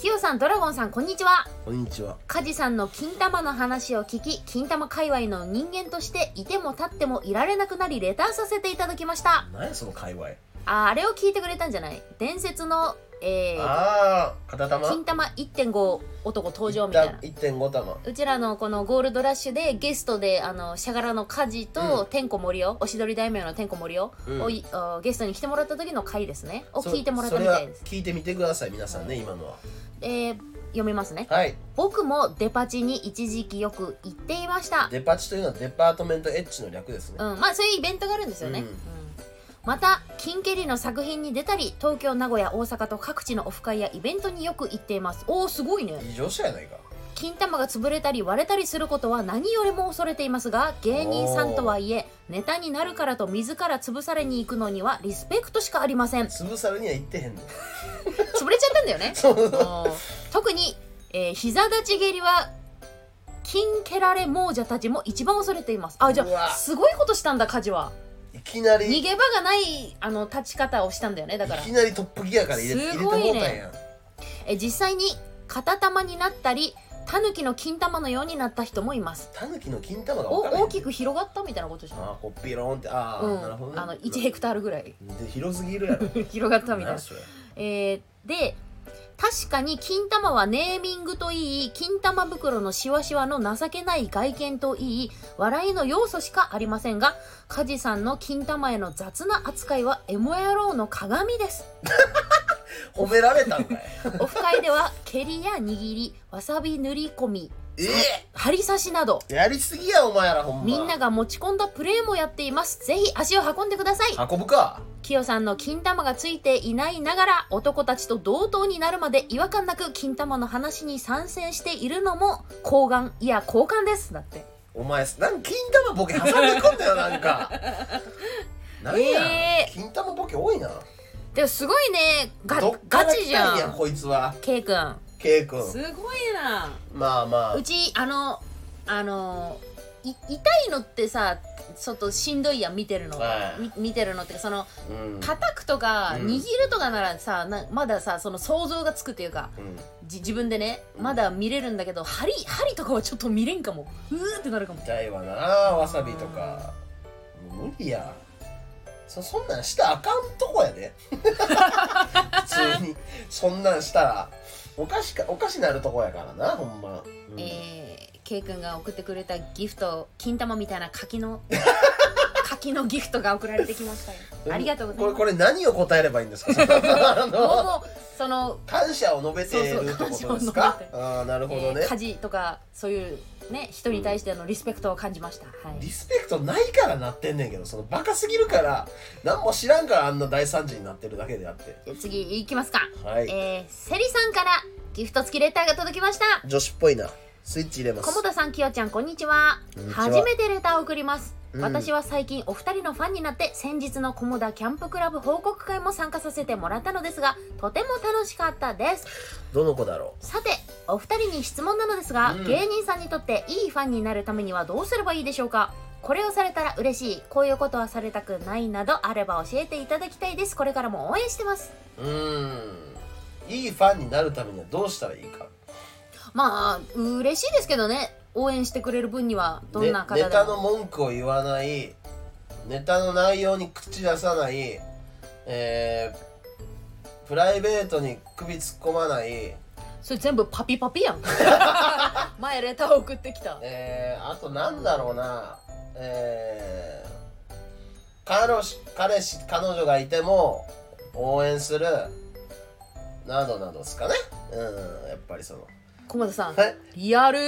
[SPEAKER 2] きよさんドラゴンさんこんにちは
[SPEAKER 1] こんにちは
[SPEAKER 2] カジさんの金玉の話を聞き金玉界隈の人間としていても立ってもいられなくなりレターさせていただきました
[SPEAKER 1] 何やその界隈
[SPEAKER 2] あーあれを聞いてくれたんじゃない伝説のえー
[SPEAKER 1] ああ片玉
[SPEAKER 2] 金玉1.5男登場みたいな
[SPEAKER 1] 一旦1.5玉
[SPEAKER 2] うちらのこのゴールドラッシュでゲストであのシャガラのカジ
[SPEAKER 1] う
[SPEAKER 2] と
[SPEAKER 1] ん
[SPEAKER 2] 天子森をおしどり大名の天子森を、
[SPEAKER 1] うん
[SPEAKER 2] をいあゲストに来てもらった時の回ですねを聞いてもらった
[SPEAKER 1] そ
[SPEAKER 2] み
[SPEAKER 1] それは
[SPEAKER 2] たいです、
[SPEAKER 1] 聞いてみてください皆さんね今のは
[SPEAKER 2] えー読みますね
[SPEAKER 1] はい
[SPEAKER 2] 僕もデパ地に一時期よく行っていました
[SPEAKER 1] デパ地というのはデパートメントエッジの略ですね
[SPEAKER 2] うん、まあそういうイベントがあるんですよね、
[SPEAKER 1] うん
[SPEAKER 2] うんまた金蹴りの作品に出たり東京名古屋大阪と各地のオフ会やイベントによく行っていますおおすごいね
[SPEAKER 1] 異常者やないか
[SPEAKER 2] 金玉が潰れたり割れたりすることは何よりも恐れていますが芸人さんとはいえネタになるからと自ら潰されに行くのにはリスペクトしかありません潰
[SPEAKER 1] 潰されには行ってへんの
[SPEAKER 2] れちゃったんだよね
[SPEAKER 1] そう
[SPEAKER 2] うん特に、えー膝立ち蹴りは金蹴られ亡者たちも一番恐れていますあじゃ
[SPEAKER 1] うわ
[SPEAKER 2] あすごいことしたんだカジはい
[SPEAKER 1] きなり
[SPEAKER 2] 逃
[SPEAKER 1] い
[SPEAKER 2] げ場がないあの立ち方をしたんだよねだから
[SPEAKER 1] きなりトップギアから入れ
[SPEAKER 2] す
[SPEAKER 1] 入れても
[SPEAKER 2] ご
[SPEAKER 1] う
[SPEAKER 2] いね
[SPEAKER 1] たんやん
[SPEAKER 2] え実際に片玉になったりタヌキの金玉のようになった人もいます
[SPEAKER 1] タヌキの金玉が
[SPEAKER 2] お
[SPEAKER 1] 分からへん
[SPEAKER 2] 大きく広がったみたいなことじゃん
[SPEAKER 1] あーこうピローンってああ、
[SPEAKER 2] うん、
[SPEAKER 1] なるほどね
[SPEAKER 2] あの1ヘクタールぐらい
[SPEAKER 1] で広すぎるやろ
[SPEAKER 2] 広がったみたい
[SPEAKER 1] 何
[SPEAKER 2] な、
[SPEAKER 1] それ
[SPEAKER 2] えーで確かに金玉はネーミングといい金玉袋のシワシワの情けない外見といい笑いの要素しかありませんがカジさんの金玉への雑な扱いはエモ野郎の鏡です
[SPEAKER 1] 褒められたんかい
[SPEAKER 2] オフ会では蹴りや握りわさび塗り込み
[SPEAKER 1] え
[SPEAKER 2] 針刺しなど
[SPEAKER 1] えやりすぎやお前らほんま
[SPEAKER 2] みんなが持ち込んだプレーもやっていますぜひ足を運んでください
[SPEAKER 1] 運ぶか
[SPEAKER 2] キヨさんの金玉がついていないながら男たちと同等になるまで違和感なく金玉の話に参戦しているのも睾丸いや交換ですだって
[SPEAKER 1] お前なんか金玉ボケ挟んでくんだよなん かなんや、
[SPEAKER 2] えー
[SPEAKER 1] 金玉ボケ多いな
[SPEAKER 2] でもすごいねガ
[SPEAKER 1] どっか
[SPEAKER 2] ガ
[SPEAKER 1] ら
[SPEAKER 2] チ
[SPEAKER 1] 来
[SPEAKER 2] じ
[SPEAKER 1] た
[SPEAKER 2] ゃ
[SPEAKER 1] んや
[SPEAKER 2] ん
[SPEAKER 1] こいつは
[SPEAKER 2] K 君
[SPEAKER 1] K 君
[SPEAKER 2] ごいな
[SPEAKER 1] まあまあ
[SPEAKER 2] うちあのあのい痛いのってさちょっとしんどいやん見てるの、
[SPEAKER 1] はい
[SPEAKER 2] み見てるのってかその
[SPEAKER 1] うん
[SPEAKER 2] 叩くとか
[SPEAKER 1] うん
[SPEAKER 2] 握るとかならさ、なまださその想像がつくっていうか
[SPEAKER 1] うん
[SPEAKER 2] じ自分でねまだ見れるんだけど針針とかはちょっと見れんかもうーってなるかも
[SPEAKER 1] 痛いわなわさびとかもう無理やそそんなんしたらあかんとこやで普通にそんなんしたらおかしかおかしなるとこやからなほんま、うん
[SPEAKER 2] えー、K 君が送ってくれたギフト金玉みたいな柿 の柿のギフトが送られてきましたよありがとうございます
[SPEAKER 1] これこれ何を答えればいいんですか
[SPEAKER 2] も
[SPEAKER 1] あ
[SPEAKER 2] う
[SPEAKER 1] の
[SPEAKER 2] もうその、
[SPEAKER 1] 感謝を述べているってことですか
[SPEAKER 2] そうそう感謝を述べて
[SPEAKER 1] ああなるほど
[SPEAKER 2] え
[SPEAKER 1] ね、
[SPEAKER 2] ー家事とかそういうね人に対してのリスペクトを感じました、はい
[SPEAKER 1] リスペクトないからなってんねんけどそのバカすぎるから何も知らんからあんな大惨事になってるだけであって
[SPEAKER 2] じゃあ次いきますか、
[SPEAKER 1] はい、
[SPEAKER 2] えー、セリさんからギフト付きレターが届きました
[SPEAKER 1] 女子っぽいなスイッチ入れます
[SPEAKER 2] 小本さんきよちゃんこんにちは
[SPEAKER 1] こんにちは
[SPEAKER 2] 初めてレターを送ります、
[SPEAKER 1] うん
[SPEAKER 2] 私は最近お二人のファンになって先日の菰田キャンプクラブ報告会も参加させてもらったのですがとても楽しかったです
[SPEAKER 1] どの子だろ
[SPEAKER 2] さてお二人に質問なのですが、
[SPEAKER 1] うん
[SPEAKER 2] 芸人さんにとっていいファンになるためにはどうすればいいでしょうかこれをされたら嬉しいこういうことはされたくないなどあれば教えていただきたいですこれからも応援してます
[SPEAKER 1] ううーんいいファンになるためにはどうしたらいいか
[SPEAKER 2] まあ嬉しいですけどね応援してくれる分にはどんな方で
[SPEAKER 1] ねネ
[SPEAKER 2] も、
[SPEAKER 1] タの文句を言わないネタの内容に口出さない、えープライベートに首突っ込まない、
[SPEAKER 2] それ全部パピパピや ん前レター送ってきた
[SPEAKER 1] えーあとなんだろうな、えー彼氏彼氏彼女がいても応援するなどなどですかねうんやっぱりその
[SPEAKER 2] 駒田さん
[SPEAKER 1] え
[SPEAKER 2] リア ル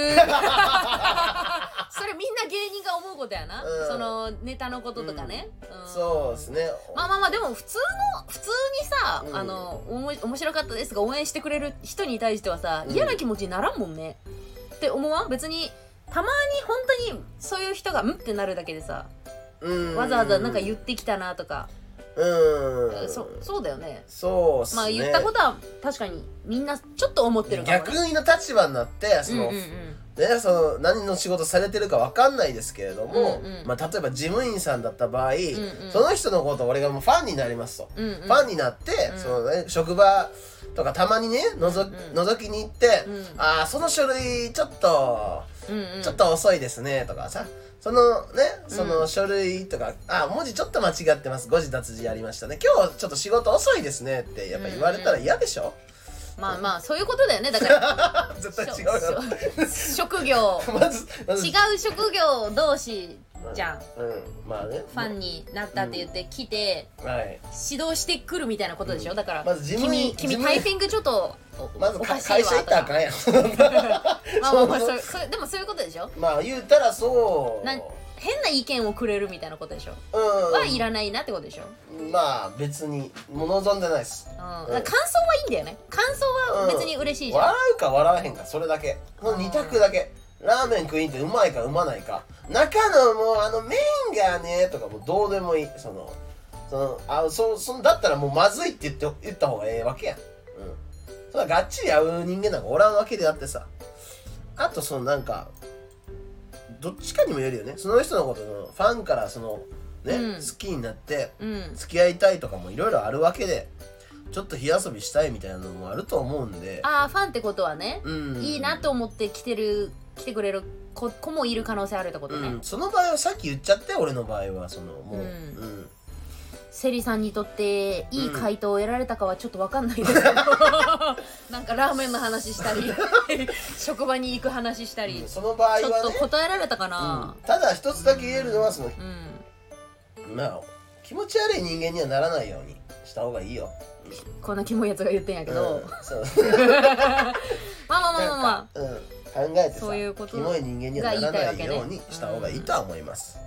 [SPEAKER 2] それみんな芸人が思うことやな、
[SPEAKER 1] うん
[SPEAKER 2] そのネタのこととかね、うん
[SPEAKER 1] そうですね
[SPEAKER 2] まあまあまあでも普通の普通にさ、
[SPEAKER 1] うん
[SPEAKER 2] あのおも面白かったですが応援してくれる人に対してはさ嫌な気持ちにならんもんね、って思わん別にたまに本当にそういう人が「ん?」ってなるだけでさ
[SPEAKER 1] うん
[SPEAKER 2] わざわざなんか言ってきたなとか、
[SPEAKER 1] うん
[SPEAKER 2] そそうだよね
[SPEAKER 1] そうっすね
[SPEAKER 2] まあ言ったことは確かにみんなちょっと思ってるかも、ね、
[SPEAKER 1] 逆の立場になってその、
[SPEAKER 2] うんうんう
[SPEAKER 1] ね
[SPEAKER 2] ん
[SPEAKER 1] その何の仕事されてるかわかんないですけれども、
[SPEAKER 2] うんうん
[SPEAKER 1] まあ例えば事務員さんだった場合、
[SPEAKER 2] ん
[SPEAKER 1] その人のこと俺がもうファンになりますと、
[SPEAKER 2] うんうん、
[SPEAKER 1] ファンになって、
[SPEAKER 2] うん
[SPEAKER 1] そのね職場とかたまにねのぞ、
[SPEAKER 2] ん
[SPEAKER 1] 覗きに行って、
[SPEAKER 2] うん
[SPEAKER 1] ああその書類ちょっと
[SPEAKER 2] うんうん
[SPEAKER 1] ちょっと遅いですねとかさそのねその書類とか、あ文字ちょっと間違ってます誤字脱字やりましたね今日ちょっと仕事遅いですねってやっぱ言われたら嫌でしょ、
[SPEAKER 2] まあまあそういうことだよねだから
[SPEAKER 1] 絶 対違う
[SPEAKER 2] し
[SPEAKER 1] よ
[SPEAKER 2] ょしょ職業
[SPEAKER 1] まず、まず
[SPEAKER 2] 違う職業同士じゃん
[SPEAKER 1] うん、まあね。
[SPEAKER 2] ファンになったって言って来て
[SPEAKER 1] はい。
[SPEAKER 2] 指導してくるみたいなことでしょ、だから、
[SPEAKER 1] まず事務員
[SPEAKER 2] 君君
[SPEAKER 1] 事務員
[SPEAKER 2] タイピングちょっとお
[SPEAKER 1] まず
[SPEAKER 2] お
[SPEAKER 1] か
[SPEAKER 2] かしい
[SPEAKER 1] 会
[SPEAKER 2] わ
[SPEAKER 1] 社行っ
[SPEAKER 2] と
[SPEAKER 1] たらあ
[SPEAKER 2] か
[SPEAKER 1] かんやん。
[SPEAKER 2] まあまあまあ
[SPEAKER 1] そ
[SPEAKER 2] そううそうでもそういうことでしょ
[SPEAKER 1] まあ言うたらそう。
[SPEAKER 2] なん変な意見をくれるみたいなことでしょ、
[SPEAKER 1] うん。
[SPEAKER 2] はいらないなってことでしょ、
[SPEAKER 1] まあ別にもう望んでないです
[SPEAKER 2] うん、だ。から感想はいいんだよね感想は別に嬉しいじゃん、
[SPEAKER 1] 笑うか笑わへんかそれだけ。もう二択だけ。ラーメン食いに行ってうまいかうまないか。中のもうあの麺がねとかもうどうでもいい。その。そのあそうそんだったらもうまずいって言って言った方がええわけやん、うん、それはがっちり合う人間なんかおらんわけであってさあとそのなんかどっちかにもよるよねその人のことのファンからそのね、
[SPEAKER 2] うん
[SPEAKER 1] 好きになって
[SPEAKER 2] うん
[SPEAKER 1] 付き合いたいとかもいろいろあるわけでちょっと火遊びしたいみたいなのもあると思うんで
[SPEAKER 2] ああファンってことはね、
[SPEAKER 1] うん
[SPEAKER 2] いいなと思って来てる来てくれる子子もいる可能性あるってことね、
[SPEAKER 1] うん、その場合はさっき言っちゃって俺の場合はその
[SPEAKER 2] う
[SPEAKER 1] もう、
[SPEAKER 2] ん
[SPEAKER 1] うん
[SPEAKER 2] セリさんにとっていい回答を得られたかはちょっとわかんないですけど、 なんかラーメンの話したり 職場に行く話したり、
[SPEAKER 1] うん
[SPEAKER 2] ち
[SPEAKER 1] その場合はね
[SPEAKER 2] ょっと答えられたかな
[SPEAKER 1] うんただ一つだけ言えるのはその
[SPEAKER 2] うん、
[SPEAKER 1] まあ気持ち悪い人間にはならないようにした方がいいよ。
[SPEAKER 2] こんなキモいやつが言ってんやけど、
[SPEAKER 1] うん、 そう。
[SPEAKER 2] まあまあまあまあま
[SPEAKER 1] なんかうん、考えてさ
[SPEAKER 2] そういうこと
[SPEAKER 1] キモい人間にはならないようにした方がいいとは思います。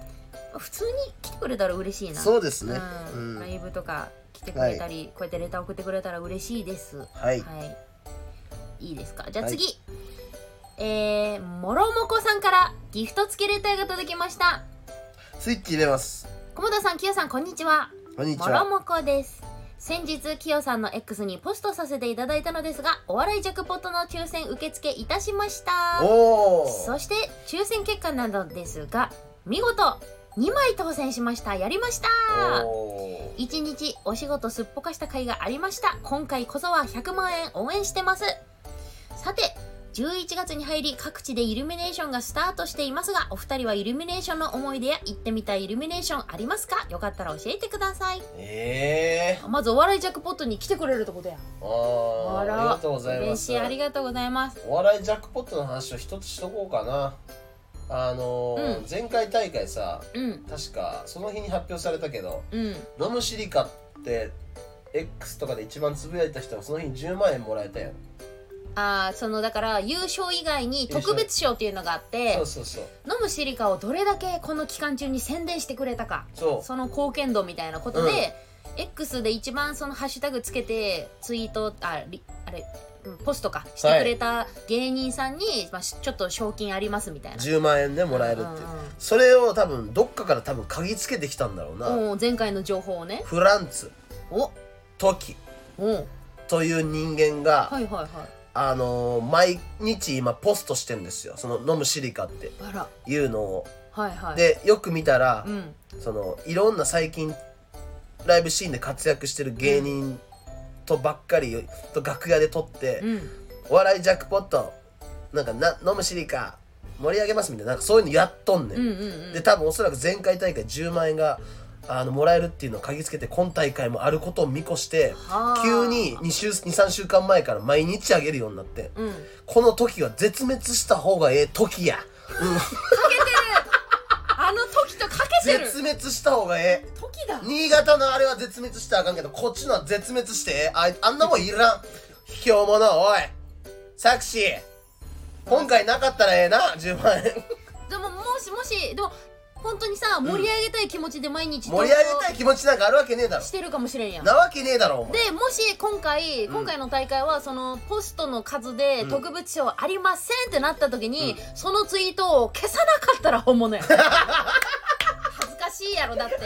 [SPEAKER 2] あ普通に来てくれたら嬉しいな
[SPEAKER 1] そうです
[SPEAKER 2] う
[SPEAKER 1] ね。うんん、
[SPEAKER 2] ライブとか来てくれたり、こうやってレター送ってくれたら嬉しいですは
[SPEAKER 1] はい。
[SPEAKER 2] いいいですかじゃあ次、えー、もろもこさんからギフト付きレターが届きました
[SPEAKER 1] スイッチ入れます。
[SPEAKER 2] 菰田さんきよさんこんにちは
[SPEAKER 1] こんにち
[SPEAKER 2] もろ
[SPEAKER 1] は。
[SPEAKER 2] もこです先日キヨさんの X にポストさせていただいたのですがお笑いジャックポットの抽選受付いたしました
[SPEAKER 1] おお。
[SPEAKER 2] そして抽選結果なのですが見事2枚当選しましたやりました
[SPEAKER 1] おー
[SPEAKER 2] 1日お仕事すっぽかした甲斐がありました今回こそは100万円応援してますさて11月に入り各地でイルミネーションがスタートしていますがお二人はイルミネーションの思い出や行ってみたいイルミネーションありますかよかったら教えてください
[SPEAKER 1] ええ
[SPEAKER 2] まずお笑いジャックポットに来てくれるってことや
[SPEAKER 1] ー、あーありがとうございます
[SPEAKER 2] 嬉しいありがとうございます
[SPEAKER 1] お笑いジャックポットの話を一つしとこうかなあのー
[SPEAKER 2] うん
[SPEAKER 1] 前回大会さ
[SPEAKER 2] うん
[SPEAKER 1] 確かその日に発表されたけど
[SPEAKER 2] うん
[SPEAKER 1] ロムシリカって X とかで一番つぶやいた人がその日に10万円もらえたやん
[SPEAKER 2] ああそのだから優勝以外に特別賞っていうのがあって
[SPEAKER 1] そうそうそう
[SPEAKER 2] 飲むシリカをどれだけこの期間中に宣伝してくれたか
[SPEAKER 1] そう
[SPEAKER 2] その貢献度みたいなことで、X で一番そのハッシュタグつけてツイートあリあれうんポストかしてくれた芸人さんに、まあ、しちょっと賞金ありますみたいな
[SPEAKER 1] 10万円でもらえるっていうそれを多分どっかから多分嗅ぎつけてきたんだろう
[SPEAKER 2] うん
[SPEAKER 1] な
[SPEAKER 2] もう前回の情報をね
[SPEAKER 1] フランツ
[SPEAKER 2] お
[SPEAKER 1] トキ
[SPEAKER 2] お
[SPEAKER 1] という人間が、
[SPEAKER 2] はいはいはい
[SPEAKER 1] あのー毎日今ポストしてんですよその飲むシリカって
[SPEAKER 2] あら
[SPEAKER 1] いうのを
[SPEAKER 2] はいはい
[SPEAKER 1] でよく見たら、
[SPEAKER 2] うん
[SPEAKER 1] そのいろんな最近ライブシーンで活躍してる芸人とばっかりと楽屋で撮って、
[SPEAKER 2] うん
[SPEAKER 1] お笑いジャックポットなんかな飲むシリカ盛り上げますみたいななんかそういうのやっとんねん、
[SPEAKER 2] うんうん
[SPEAKER 1] で多分おそらく前回大会10万円があのもらえるっていうのを嗅ぎつけて今大会もあることを見越して
[SPEAKER 2] はあ
[SPEAKER 1] 急に2週23週間前から毎日あげるようになって
[SPEAKER 2] うんか
[SPEAKER 1] この時は絶滅した方がええ時や
[SPEAKER 2] けてるあの時とかけてる
[SPEAKER 1] 絶滅した方がええ
[SPEAKER 2] 時だ
[SPEAKER 1] 新潟のあれは絶滅したらあかんけどこっちのは絶滅してええあいあんなもんいらん卑怯者おいサクシー今回なかったらええな10万円
[SPEAKER 2] でももしもしでも本当にさ盛り上げたい気持ちで毎日
[SPEAKER 1] 盛り上げたい気持ちなんかあるわけねえだろ
[SPEAKER 2] してるかもしれんやんで
[SPEAKER 1] なわけねえだろお前
[SPEAKER 2] もし今回今回の大会はそのポストの数で特別賞ありませんってなった時に、そのツイートを消さなかったら本物や 恥ずかしいやろだって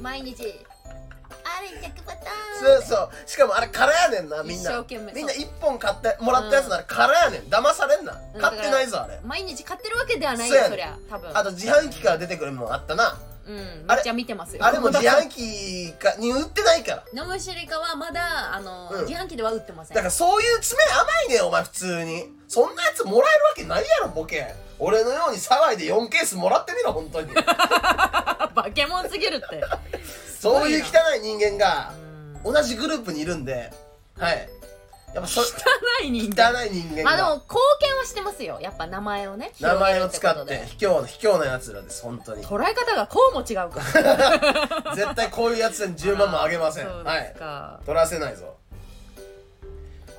[SPEAKER 2] 毎日あれ100パタ
[SPEAKER 1] そうそうしかもあれ空やねんなみん
[SPEAKER 2] 一生
[SPEAKER 1] な
[SPEAKER 2] 懸命
[SPEAKER 1] みんな1本買ってもらったやつなら空やねん騙されんな
[SPEAKER 2] うん
[SPEAKER 1] 買ってないぞあれ
[SPEAKER 2] ーン毎日買ってるわけではない
[SPEAKER 1] そう
[SPEAKER 2] よ
[SPEAKER 1] やねん
[SPEAKER 2] そりゃ多分
[SPEAKER 1] あと自販機から出てくるもんあったな
[SPEAKER 2] うんめ
[SPEAKER 1] あ
[SPEAKER 2] っ
[SPEAKER 1] れ
[SPEAKER 2] ちゃ見てますよ
[SPEAKER 1] あれも自 販機かに売ってないから
[SPEAKER 2] 飲むシリカはまだあの、
[SPEAKER 1] うん
[SPEAKER 2] 自販機では売ってません
[SPEAKER 1] だからそういう爪甘いねんお前普通にそんなやつもらえるわけないやろボケ俺のように騒いで4ケースもらってみろ本 当に
[SPEAKER 2] バケモンすぎるって
[SPEAKER 1] そういう汚い人間が
[SPEAKER 2] うん
[SPEAKER 1] 同じグループにいるんではいや っぱそ汚
[SPEAKER 2] 汚い人
[SPEAKER 1] い
[SPEAKER 2] 間
[SPEAKER 1] 人間が、
[SPEAKER 2] まあでも貢献はしてますよやっぱ名前をね
[SPEAKER 1] 名前を使っ
[SPEAKER 2] 広げ
[SPEAKER 1] て
[SPEAKER 2] るこ
[SPEAKER 1] 卑怯な卑怯なやつらです本当に
[SPEAKER 2] とで捉え方がこうも違うか
[SPEAKER 1] 絶対こういうやつらに10万もあげ ません
[SPEAKER 2] そう
[SPEAKER 1] は
[SPEAKER 2] です
[SPEAKER 1] い
[SPEAKER 2] か、
[SPEAKER 1] 取らせないぞ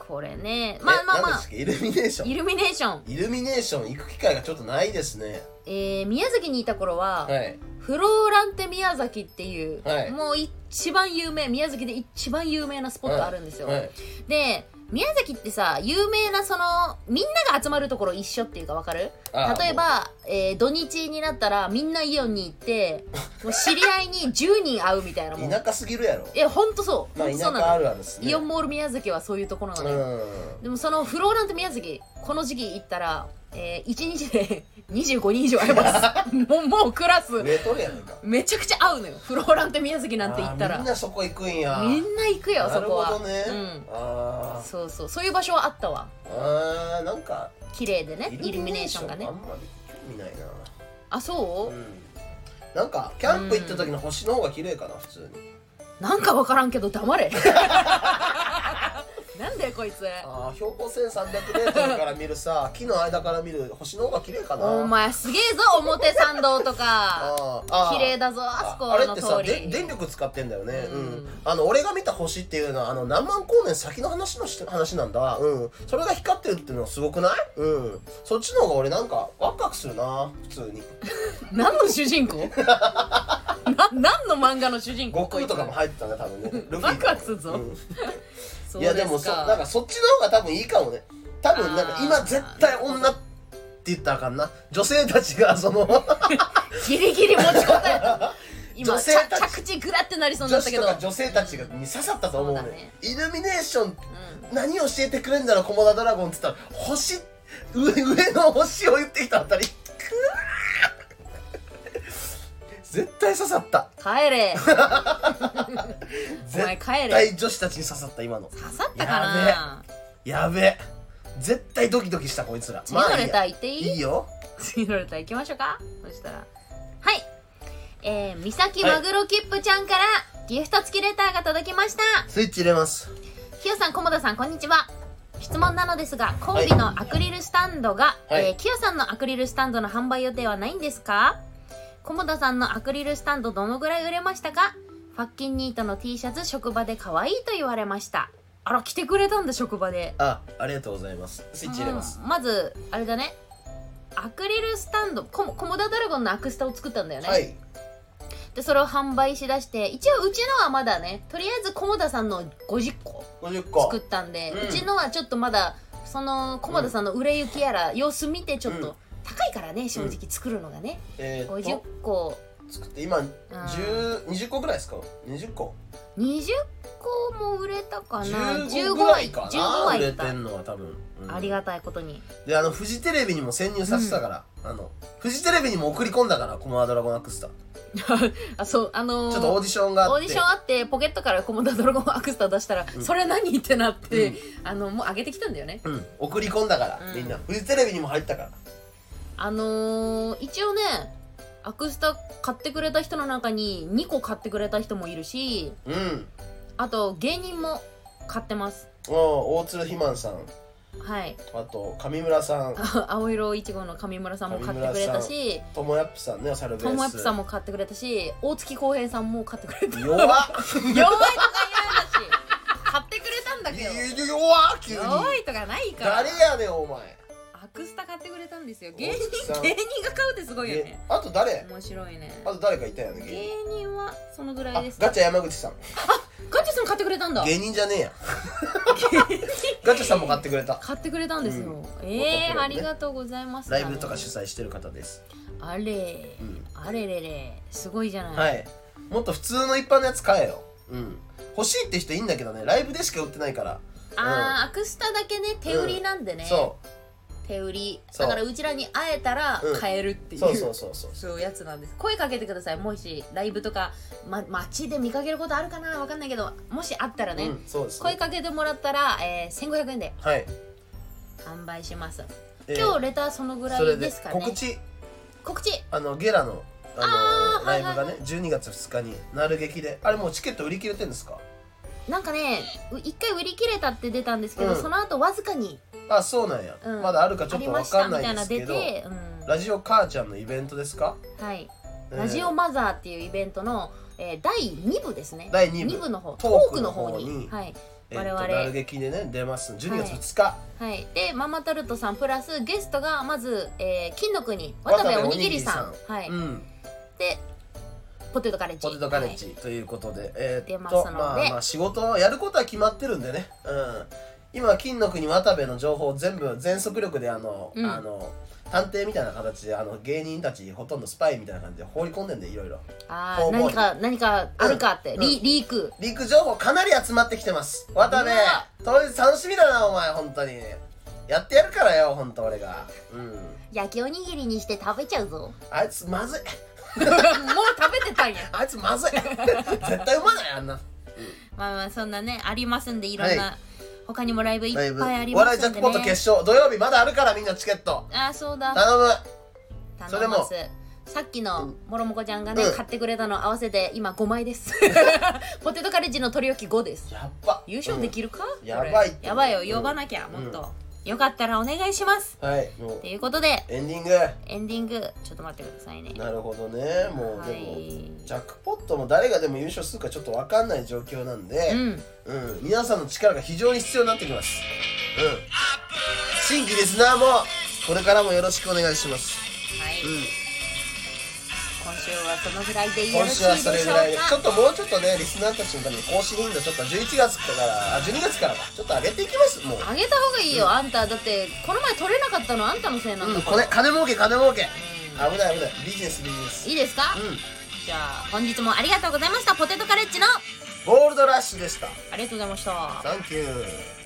[SPEAKER 2] これねまあまあ
[SPEAKER 1] え
[SPEAKER 2] ま
[SPEAKER 1] 何で
[SPEAKER 2] あ
[SPEAKER 1] したっけイルミネーション
[SPEAKER 2] イルミネーション、
[SPEAKER 1] イルミネーション行く機会がちょっとないですね
[SPEAKER 2] えー宮崎にいた頃は、
[SPEAKER 1] はい
[SPEAKER 2] フローランテ宮崎っていう、
[SPEAKER 1] はい
[SPEAKER 2] もう一番有名宮崎で一番有名なスポットあるんですよ、
[SPEAKER 1] はい
[SPEAKER 2] で宮崎ってさ有名なそのみんなが集まるところ一緒っていうかわかる
[SPEAKER 1] あー
[SPEAKER 2] 例えば、えー土日になったらみんなイオンに行って もう知り合いに10人会うみたいなもん
[SPEAKER 1] 田舎すぎるやろ
[SPEAKER 2] いやほんとそう、
[SPEAKER 1] まあ
[SPEAKER 2] ほん
[SPEAKER 1] 田
[SPEAKER 2] とそう
[SPEAKER 1] 舎あ
[SPEAKER 2] なの、
[SPEAKER 1] るあるですね
[SPEAKER 2] イオンモール宮崎はそういうところなのよ、
[SPEAKER 1] う
[SPEAKER 2] でもそのフローラント宮崎この時期行ったら、え1日で 25人以上会います もうもうクラス
[SPEAKER 1] ん売れとるやないか
[SPEAKER 2] めちゃくちゃ会うのよフローラント宮崎なんて行った
[SPEAKER 1] あー
[SPEAKER 2] らみ
[SPEAKER 1] みん
[SPEAKER 2] ん
[SPEAKER 1] なそこ行くんや
[SPEAKER 2] な行くよそこは
[SPEAKER 1] なるほどね、
[SPEAKER 2] うん、
[SPEAKER 1] あ
[SPEAKER 2] そうそうそういう場所はあったわ
[SPEAKER 1] ーあーなんか
[SPEAKER 2] 綺麗でねイルミネーションがね
[SPEAKER 1] あんまり興味ないな
[SPEAKER 2] あそうう、
[SPEAKER 1] んなんかキャンプ行った時の星の方が綺麗かな普通に
[SPEAKER 2] なんかわからんけど黙 れなんだよこいつ
[SPEAKER 1] ああ標高 1300m から見るさ木の間から見る星の方が綺麗かな
[SPEAKER 2] お前すげえぞ表参道とか
[SPEAKER 1] あーあー
[SPEAKER 2] 綺麗だぞあそこ
[SPEAKER 1] あれっ
[SPEAKER 2] の
[SPEAKER 1] てさ
[SPEAKER 2] 通
[SPEAKER 1] で
[SPEAKER 2] り
[SPEAKER 1] 電力使ってんだよね、
[SPEAKER 2] う
[SPEAKER 1] うんんあの俺が見た星っていうのはあの何万光年先の話のして話なんだ、うん、それが光ってるっていうのはすごくない、うん、そっちの方が俺なんかワクワクするな普通に
[SPEAKER 2] 何の主 人公な何の漫画の主人公
[SPEAKER 1] 悟空とかも入ってたね多分ねルフィとか
[SPEAKER 2] ワクワクするぞ
[SPEAKER 1] うん
[SPEAKER 2] そうで
[SPEAKER 1] いや
[SPEAKER 2] すか
[SPEAKER 1] でもそなんかそっちの方が多分いいかもね多分なんか今絶対女って言ったらあかんな女性たちがその
[SPEAKER 2] ギリギリ持ちこ たえ今
[SPEAKER 1] 女
[SPEAKER 2] ち
[SPEAKER 1] 性
[SPEAKER 2] ゃ
[SPEAKER 1] たち
[SPEAKER 2] 着地グラってなりそうにな
[SPEAKER 1] 女
[SPEAKER 2] った
[SPEAKER 1] 子
[SPEAKER 2] け
[SPEAKER 1] と
[SPEAKER 2] ど
[SPEAKER 1] か女性たちがに刺さったと思うね,、
[SPEAKER 2] そうだね
[SPEAKER 1] イルミネーション
[SPEAKER 2] う
[SPEAKER 1] 何教えてくれんだろうコモダドラゴンっつったら星上上の星を言ってきたあたりくわー絶対刺さった
[SPEAKER 2] ん帰れお前
[SPEAKER 1] 絶
[SPEAKER 2] 帰れ
[SPEAKER 1] 対女子たちに刺さった今の
[SPEAKER 2] 刺さったかな
[SPEAKER 1] やべえ絶対ドキドキしたこいつら
[SPEAKER 2] 次の
[SPEAKER 1] いい
[SPEAKER 2] レタ
[SPEAKER 1] や
[SPEAKER 2] ー行っていい
[SPEAKER 1] いいよ
[SPEAKER 2] 次のレター行きましょうかそしたらはいえー、三崎マグロ切符ちゃんからギフト付きレターが届きました
[SPEAKER 1] スイッチ入れます
[SPEAKER 2] きよさん、こもださん、こんにちは。質問なのですが、コンビのアクリルスタンドが、
[SPEAKER 1] は
[SPEAKER 2] え
[SPEAKER 1] い
[SPEAKER 2] ーきよさんのアクリルスタンドの販売予定はないんですかこもださんのアクリルスタンドどのぐらい売れましたかファッキンニートの T シャツ職場で可愛いと言われました。あら、来てくれたんだ、職場で。
[SPEAKER 1] あありがとうございますスイッチ入れます、
[SPEAKER 2] うんまず、あれだね。アクリルスタンド、コモコモダドラゴンのアクスタを作ったんだよね。
[SPEAKER 1] はい
[SPEAKER 2] で、それを販売しだして、一応うちのはまだね、とりあえずコモダさんの50個。
[SPEAKER 1] 50個
[SPEAKER 2] 作ったんで、う
[SPEAKER 1] うん
[SPEAKER 2] ちのはちょっとまだその駒田さんの売れ行きやら様子見てちょっ
[SPEAKER 1] うん
[SPEAKER 2] と高いからね正直作るのがね、
[SPEAKER 1] えー、っ
[SPEAKER 2] 50
[SPEAKER 1] と
[SPEAKER 2] 個
[SPEAKER 1] 作って今
[SPEAKER 2] うん
[SPEAKER 1] 10 20個ぐらいですか20個
[SPEAKER 2] 20個も売れたかな
[SPEAKER 1] 15ぐらいか
[SPEAKER 2] 15
[SPEAKER 1] な
[SPEAKER 2] は
[SPEAKER 1] 売
[SPEAKER 2] い
[SPEAKER 1] れ
[SPEAKER 2] った
[SPEAKER 1] てんのは多分、うん
[SPEAKER 2] ありがたいことに
[SPEAKER 1] であのフジテレビにも潜入させたから、あのフジテレビにも送り込んだからコモアドラゴンアクスタち
[SPEAKER 2] あそうあのー
[SPEAKER 1] ょっとオーディションがあ
[SPEAKER 2] オ
[SPEAKER 1] っ
[SPEAKER 2] ー
[SPEAKER 1] て
[SPEAKER 2] ディションあってポケットから駒田ドラゴンアクスター出したら、
[SPEAKER 1] うん
[SPEAKER 2] それ何ってなって、
[SPEAKER 1] うん
[SPEAKER 2] あのもう上げてきたんだよね
[SPEAKER 1] うん、送り込んだから、
[SPEAKER 2] うん
[SPEAKER 1] みんなフジテレビにも入ったから
[SPEAKER 2] あのー一応ねアクスタ買ってくれた人の中に2個買ってくれた人もいるし
[SPEAKER 1] うん
[SPEAKER 2] あと芸人も買ってます
[SPEAKER 1] お大鶴ひまんさん
[SPEAKER 2] はい
[SPEAKER 1] あと上村さん
[SPEAKER 2] あ青色いちごの上村さんも買ってくれたし
[SPEAKER 1] ともやっぷさんねサルベース
[SPEAKER 2] トモアップさんも買ってくれたし大月浩平さんも買ってくれた
[SPEAKER 1] 弱っ
[SPEAKER 2] 弱いとか言われたし買ってくれたんだけど
[SPEAKER 1] 弱っ急に
[SPEAKER 2] 弱いとかないから
[SPEAKER 1] 誰やねんお前
[SPEAKER 2] アクスタ買ってくれたんですよ芸
[SPEAKER 1] 大月さ
[SPEAKER 2] 人
[SPEAKER 1] ん
[SPEAKER 2] 芸人が買うってすごいよ
[SPEAKER 1] で
[SPEAKER 2] ね
[SPEAKER 1] あと誰
[SPEAKER 2] 面白いね
[SPEAKER 1] あと誰かいたよね
[SPEAKER 2] 芸
[SPEAKER 1] 芸
[SPEAKER 2] 人はそのぐら
[SPEAKER 1] 人あ
[SPEAKER 2] いです
[SPEAKER 1] ガ
[SPEAKER 2] か
[SPEAKER 1] チャ山口さん
[SPEAKER 2] ガチャさん買ってくれたんだ
[SPEAKER 1] 芸人じゃねえやガチャさんも買ってくれた
[SPEAKER 2] 買ってくれたんですよ、
[SPEAKER 1] う
[SPEAKER 2] ええ
[SPEAKER 1] ん男だよね
[SPEAKER 2] ありがとうございます
[SPEAKER 1] ライブとか主催してる方です、
[SPEAKER 2] あれ
[SPEAKER 1] うん、
[SPEAKER 2] あれれれすごいじゃない、
[SPEAKER 1] はいもっと普通の一般のやつ買えよ、うん、欲しいって人いいんだけどねライブでしか売ってないから、
[SPEAKER 2] あーアクスタだけね手売りなんでね、
[SPEAKER 1] そ
[SPEAKER 2] 手売り
[SPEAKER 1] そう
[SPEAKER 2] だからうちらに会えたら
[SPEAKER 1] うん
[SPEAKER 2] 買えるって
[SPEAKER 1] う
[SPEAKER 2] いう、
[SPEAKER 1] そうそうそうそう
[SPEAKER 2] そういうやつなんです声かけてくださいもしライブとか、ま、街で見かけることあるかなわかんないけどもしあったらね、
[SPEAKER 1] うん、そうです、
[SPEAKER 2] 声
[SPEAKER 1] ね、
[SPEAKER 2] かけてもらったら、えー、1500円で
[SPEAKER 1] はい、
[SPEAKER 2] 販売します
[SPEAKER 1] えー
[SPEAKER 2] 今日レターそのぐら
[SPEAKER 1] それ
[SPEAKER 2] い
[SPEAKER 1] で
[SPEAKER 2] ですかね
[SPEAKER 1] 告知
[SPEAKER 2] 告知
[SPEAKER 1] あのゲラのあの
[SPEAKER 2] あー
[SPEAKER 1] ライブ
[SPEAKER 2] はい
[SPEAKER 1] がね、
[SPEAKER 2] はいはい
[SPEAKER 1] 12月2日になる劇であれもうチケット売り切れてんですか
[SPEAKER 2] なんかねう一回売り切れたって出たんですけど、
[SPEAKER 1] うん
[SPEAKER 2] その後わずかに
[SPEAKER 1] あそうなんや、
[SPEAKER 2] うん
[SPEAKER 1] まだあるかち
[SPEAKER 2] あ
[SPEAKER 1] ょっ
[SPEAKER 2] り
[SPEAKER 1] と
[SPEAKER 2] ま
[SPEAKER 1] わ
[SPEAKER 2] した
[SPEAKER 1] かん
[SPEAKER 2] みた
[SPEAKER 1] ない
[SPEAKER 2] な
[SPEAKER 1] いです
[SPEAKER 2] 出
[SPEAKER 1] けど
[SPEAKER 2] て、
[SPEAKER 1] ラジオ母ちゃんのイベントですか、
[SPEAKER 2] うん、はい
[SPEAKER 1] えー
[SPEAKER 2] ラジオマザーっていうイベントの、えー第2部ですね
[SPEAKER 1] 第2部
[SPEAKER 2] 2部の方ト
[SPEAKER 1] トー
[SPEAKER 2] ー
[SPEAKER 1] ク
[SPEAKER 2] ク
[SPEAKER 1] の
[SPEAKER 2] の
[SPEAKER 1] 方
[SPEAKER 2] 方
[SPEAKER 1] に
[SPEAKER 2] にはい
[SPEAKER 1] えーと
[SPEAKER 2] 我々
[SPEAKER 1] なる劇でね出ます12月2日、
[SPEAKER 2] はい、でママタルトさんプラスゲストがまず、えー金の国渡部おにぎりさん
[SPEAKER 1] 渡部お
[SPEAKER 2] は
[SPEAKER 1] にぎり
[SPEAKER 2] い、
[SPEAKER 1] うん、
[SPEAKER 2] でポテトカレッジ
[SPEAKER 1] ポテトカレッ
[SPEAKER 2] はい
[SPEAKER 1] ジということで、えー
[SPEAKER 2] 出
[SPEAKER 1] っ
[SPEAKER 2] ます
[SPEAKER 1] と
[SPEAKER 2] ので
[SPEAKER 1] まあまあ仕事をやることは決まってるんでね、うん、今金の国渡部の情報を全部全速力であの、
[SPEAKER 2] うん
[SPEAKER 1] あの探偵みたいな形であの芸人たちほとんどスパイみたいな感じで放り込んでんでいろいろ
[SPEAKER 2] あ
[SPEAKER 1] ほ
[SPEAKER 2] ー
[SPEAKER 1] うほう
[SPEAKER 2] 何か何かあるかって、
[SPEAKER 1] うん
[SPEAKER 2] リリーク
[SPEAKER 1] リーク情報かなり集まってきてます渡部
[SPEAKER 2] うわ
[SPEAKER 1] とりあえず楽しみだなお前本当にやってやるからよ本当俺がうん
[SPEAKER 2] 焼きおにぎりにして食べちゃう ぞもう
[SPEAKER 1] あいつまずい
[SPEAKER 2] 食べてたんや
[SPEAKER 1] あいつまず い絶対うまないあんな
[SPEAKER 2] まあまあそんなねありますんでいろんな、
[SPEAKER 1] はい
[SPEAKER 2] 他にもライブい
[SPEAKER 1] ライ
[SPEAKER 2] っ
[SPEAKER 1] ブ
[SPEAKER 2] ぱいあり
[SPEAKER 1] お
[SPEAKER 2] ま
[SPEAKER 1] 笑い
[SPEAKER 2] す
[SPEAKER 1] ジャ
[SPEAKER 2] ん
[SPEAKER 1] ッ
[SPEAKER 2] で
[SPEAKER 1] ク
[SPEAKER 2] ね
[SPEAKER 1] ポット決勝土曜日まだあるからみんなチケット
[SPEAKER 2] あーそうだ
[SPEAKER 1] 頼むそれ
[SPEAKER 2] 頼み
[SPEAKER 1] も
[SPEAKER 2] ますさっきのもろもこちゃんがね、
[SPEAKER 1] うん
[SPEAKER 2] 買ってくれたの合わせて今5枚です ポテトカレッジの取り置き5です
[SPEAKER 1] やっば
[SPEAKER 2] 優勝できるか、
[SPEAKER 1] ん
[SPEAKER 2] これ
[SPEAKER 1] やばいって
[SPEAKER 2] やばいよ
[SPEAKER 1] うん
[SPEAKER 2] 呼ばなきゃ、
[SPEAKER 1] うん
[SPEAKER 2] もっと、よかったらお願いします
[SPEAKER 1] うんはいもう
[SPEAKER 2] ということで
[SPEAKER 1] エンディング
[SPEAKER 2] エンディングちょっと待ってくださいね
[SPEAKER 1] なるほどねもう
[SPEAKER 2] は
[SPEAKER 1] でも
[SPEAKER 2] い
[SPEAKER 1] ジャックポットも誰がでも優勝するかちょっと分かんない状況なんで、
[SPEAKER 2] うん
[SPEAKER 1] うん、皆さんの力が非常に必要になってきます。うん。新規リスナーも、これからもよろしくお願いします。
[SPEAKER 2] はい、
[SPEAKER 1] うん。
[SPEAKER 2] 今週はそのぐらいでよろ
[SPEAKER 1] 今
[SPEAKER 2] しい
[SPEAKER 1] 週
[SPEAKER 2] で
[SPEAKER 1] は
[SPEAKER 2] し
[SPEAKER 1] そ
[SPEAKER 2] ょう
[SPEAKER 1] れぐらいで、ちょ
[SPEAKER 2] か
[SPEAKER 1] っともうちょっとね、リスナーたちのために更新頻度ちょっと11月から、あ、12月からか、ちょっと上げていきます、もう。
[SPEAKER 2] あげた方がいいよ、あんただってこの前取れなかったのあんたのせいなん
[SPEAKER 1] う
[SPEAKER 2] だ
[SPEAKER 1] ん、
[SPEAKER 2] から、
[SPEAKER 1] これ、金儲け、金儲け。
[SPEAKER 2] うん
[SPEAKER 1] 危ない危ない。ビジネスビジネス。
[SPEAKER 2] いいですか、
[SPEAKER 1] うん。
[SPEAKER 2] じゃあ本日もありがとうございましたポテトカレッジのあ
[SPEAKER 1] ゴールドラッシュでした。
[SPEAKER 2] りがとうございました
[SPEAKER 1] サンキュー。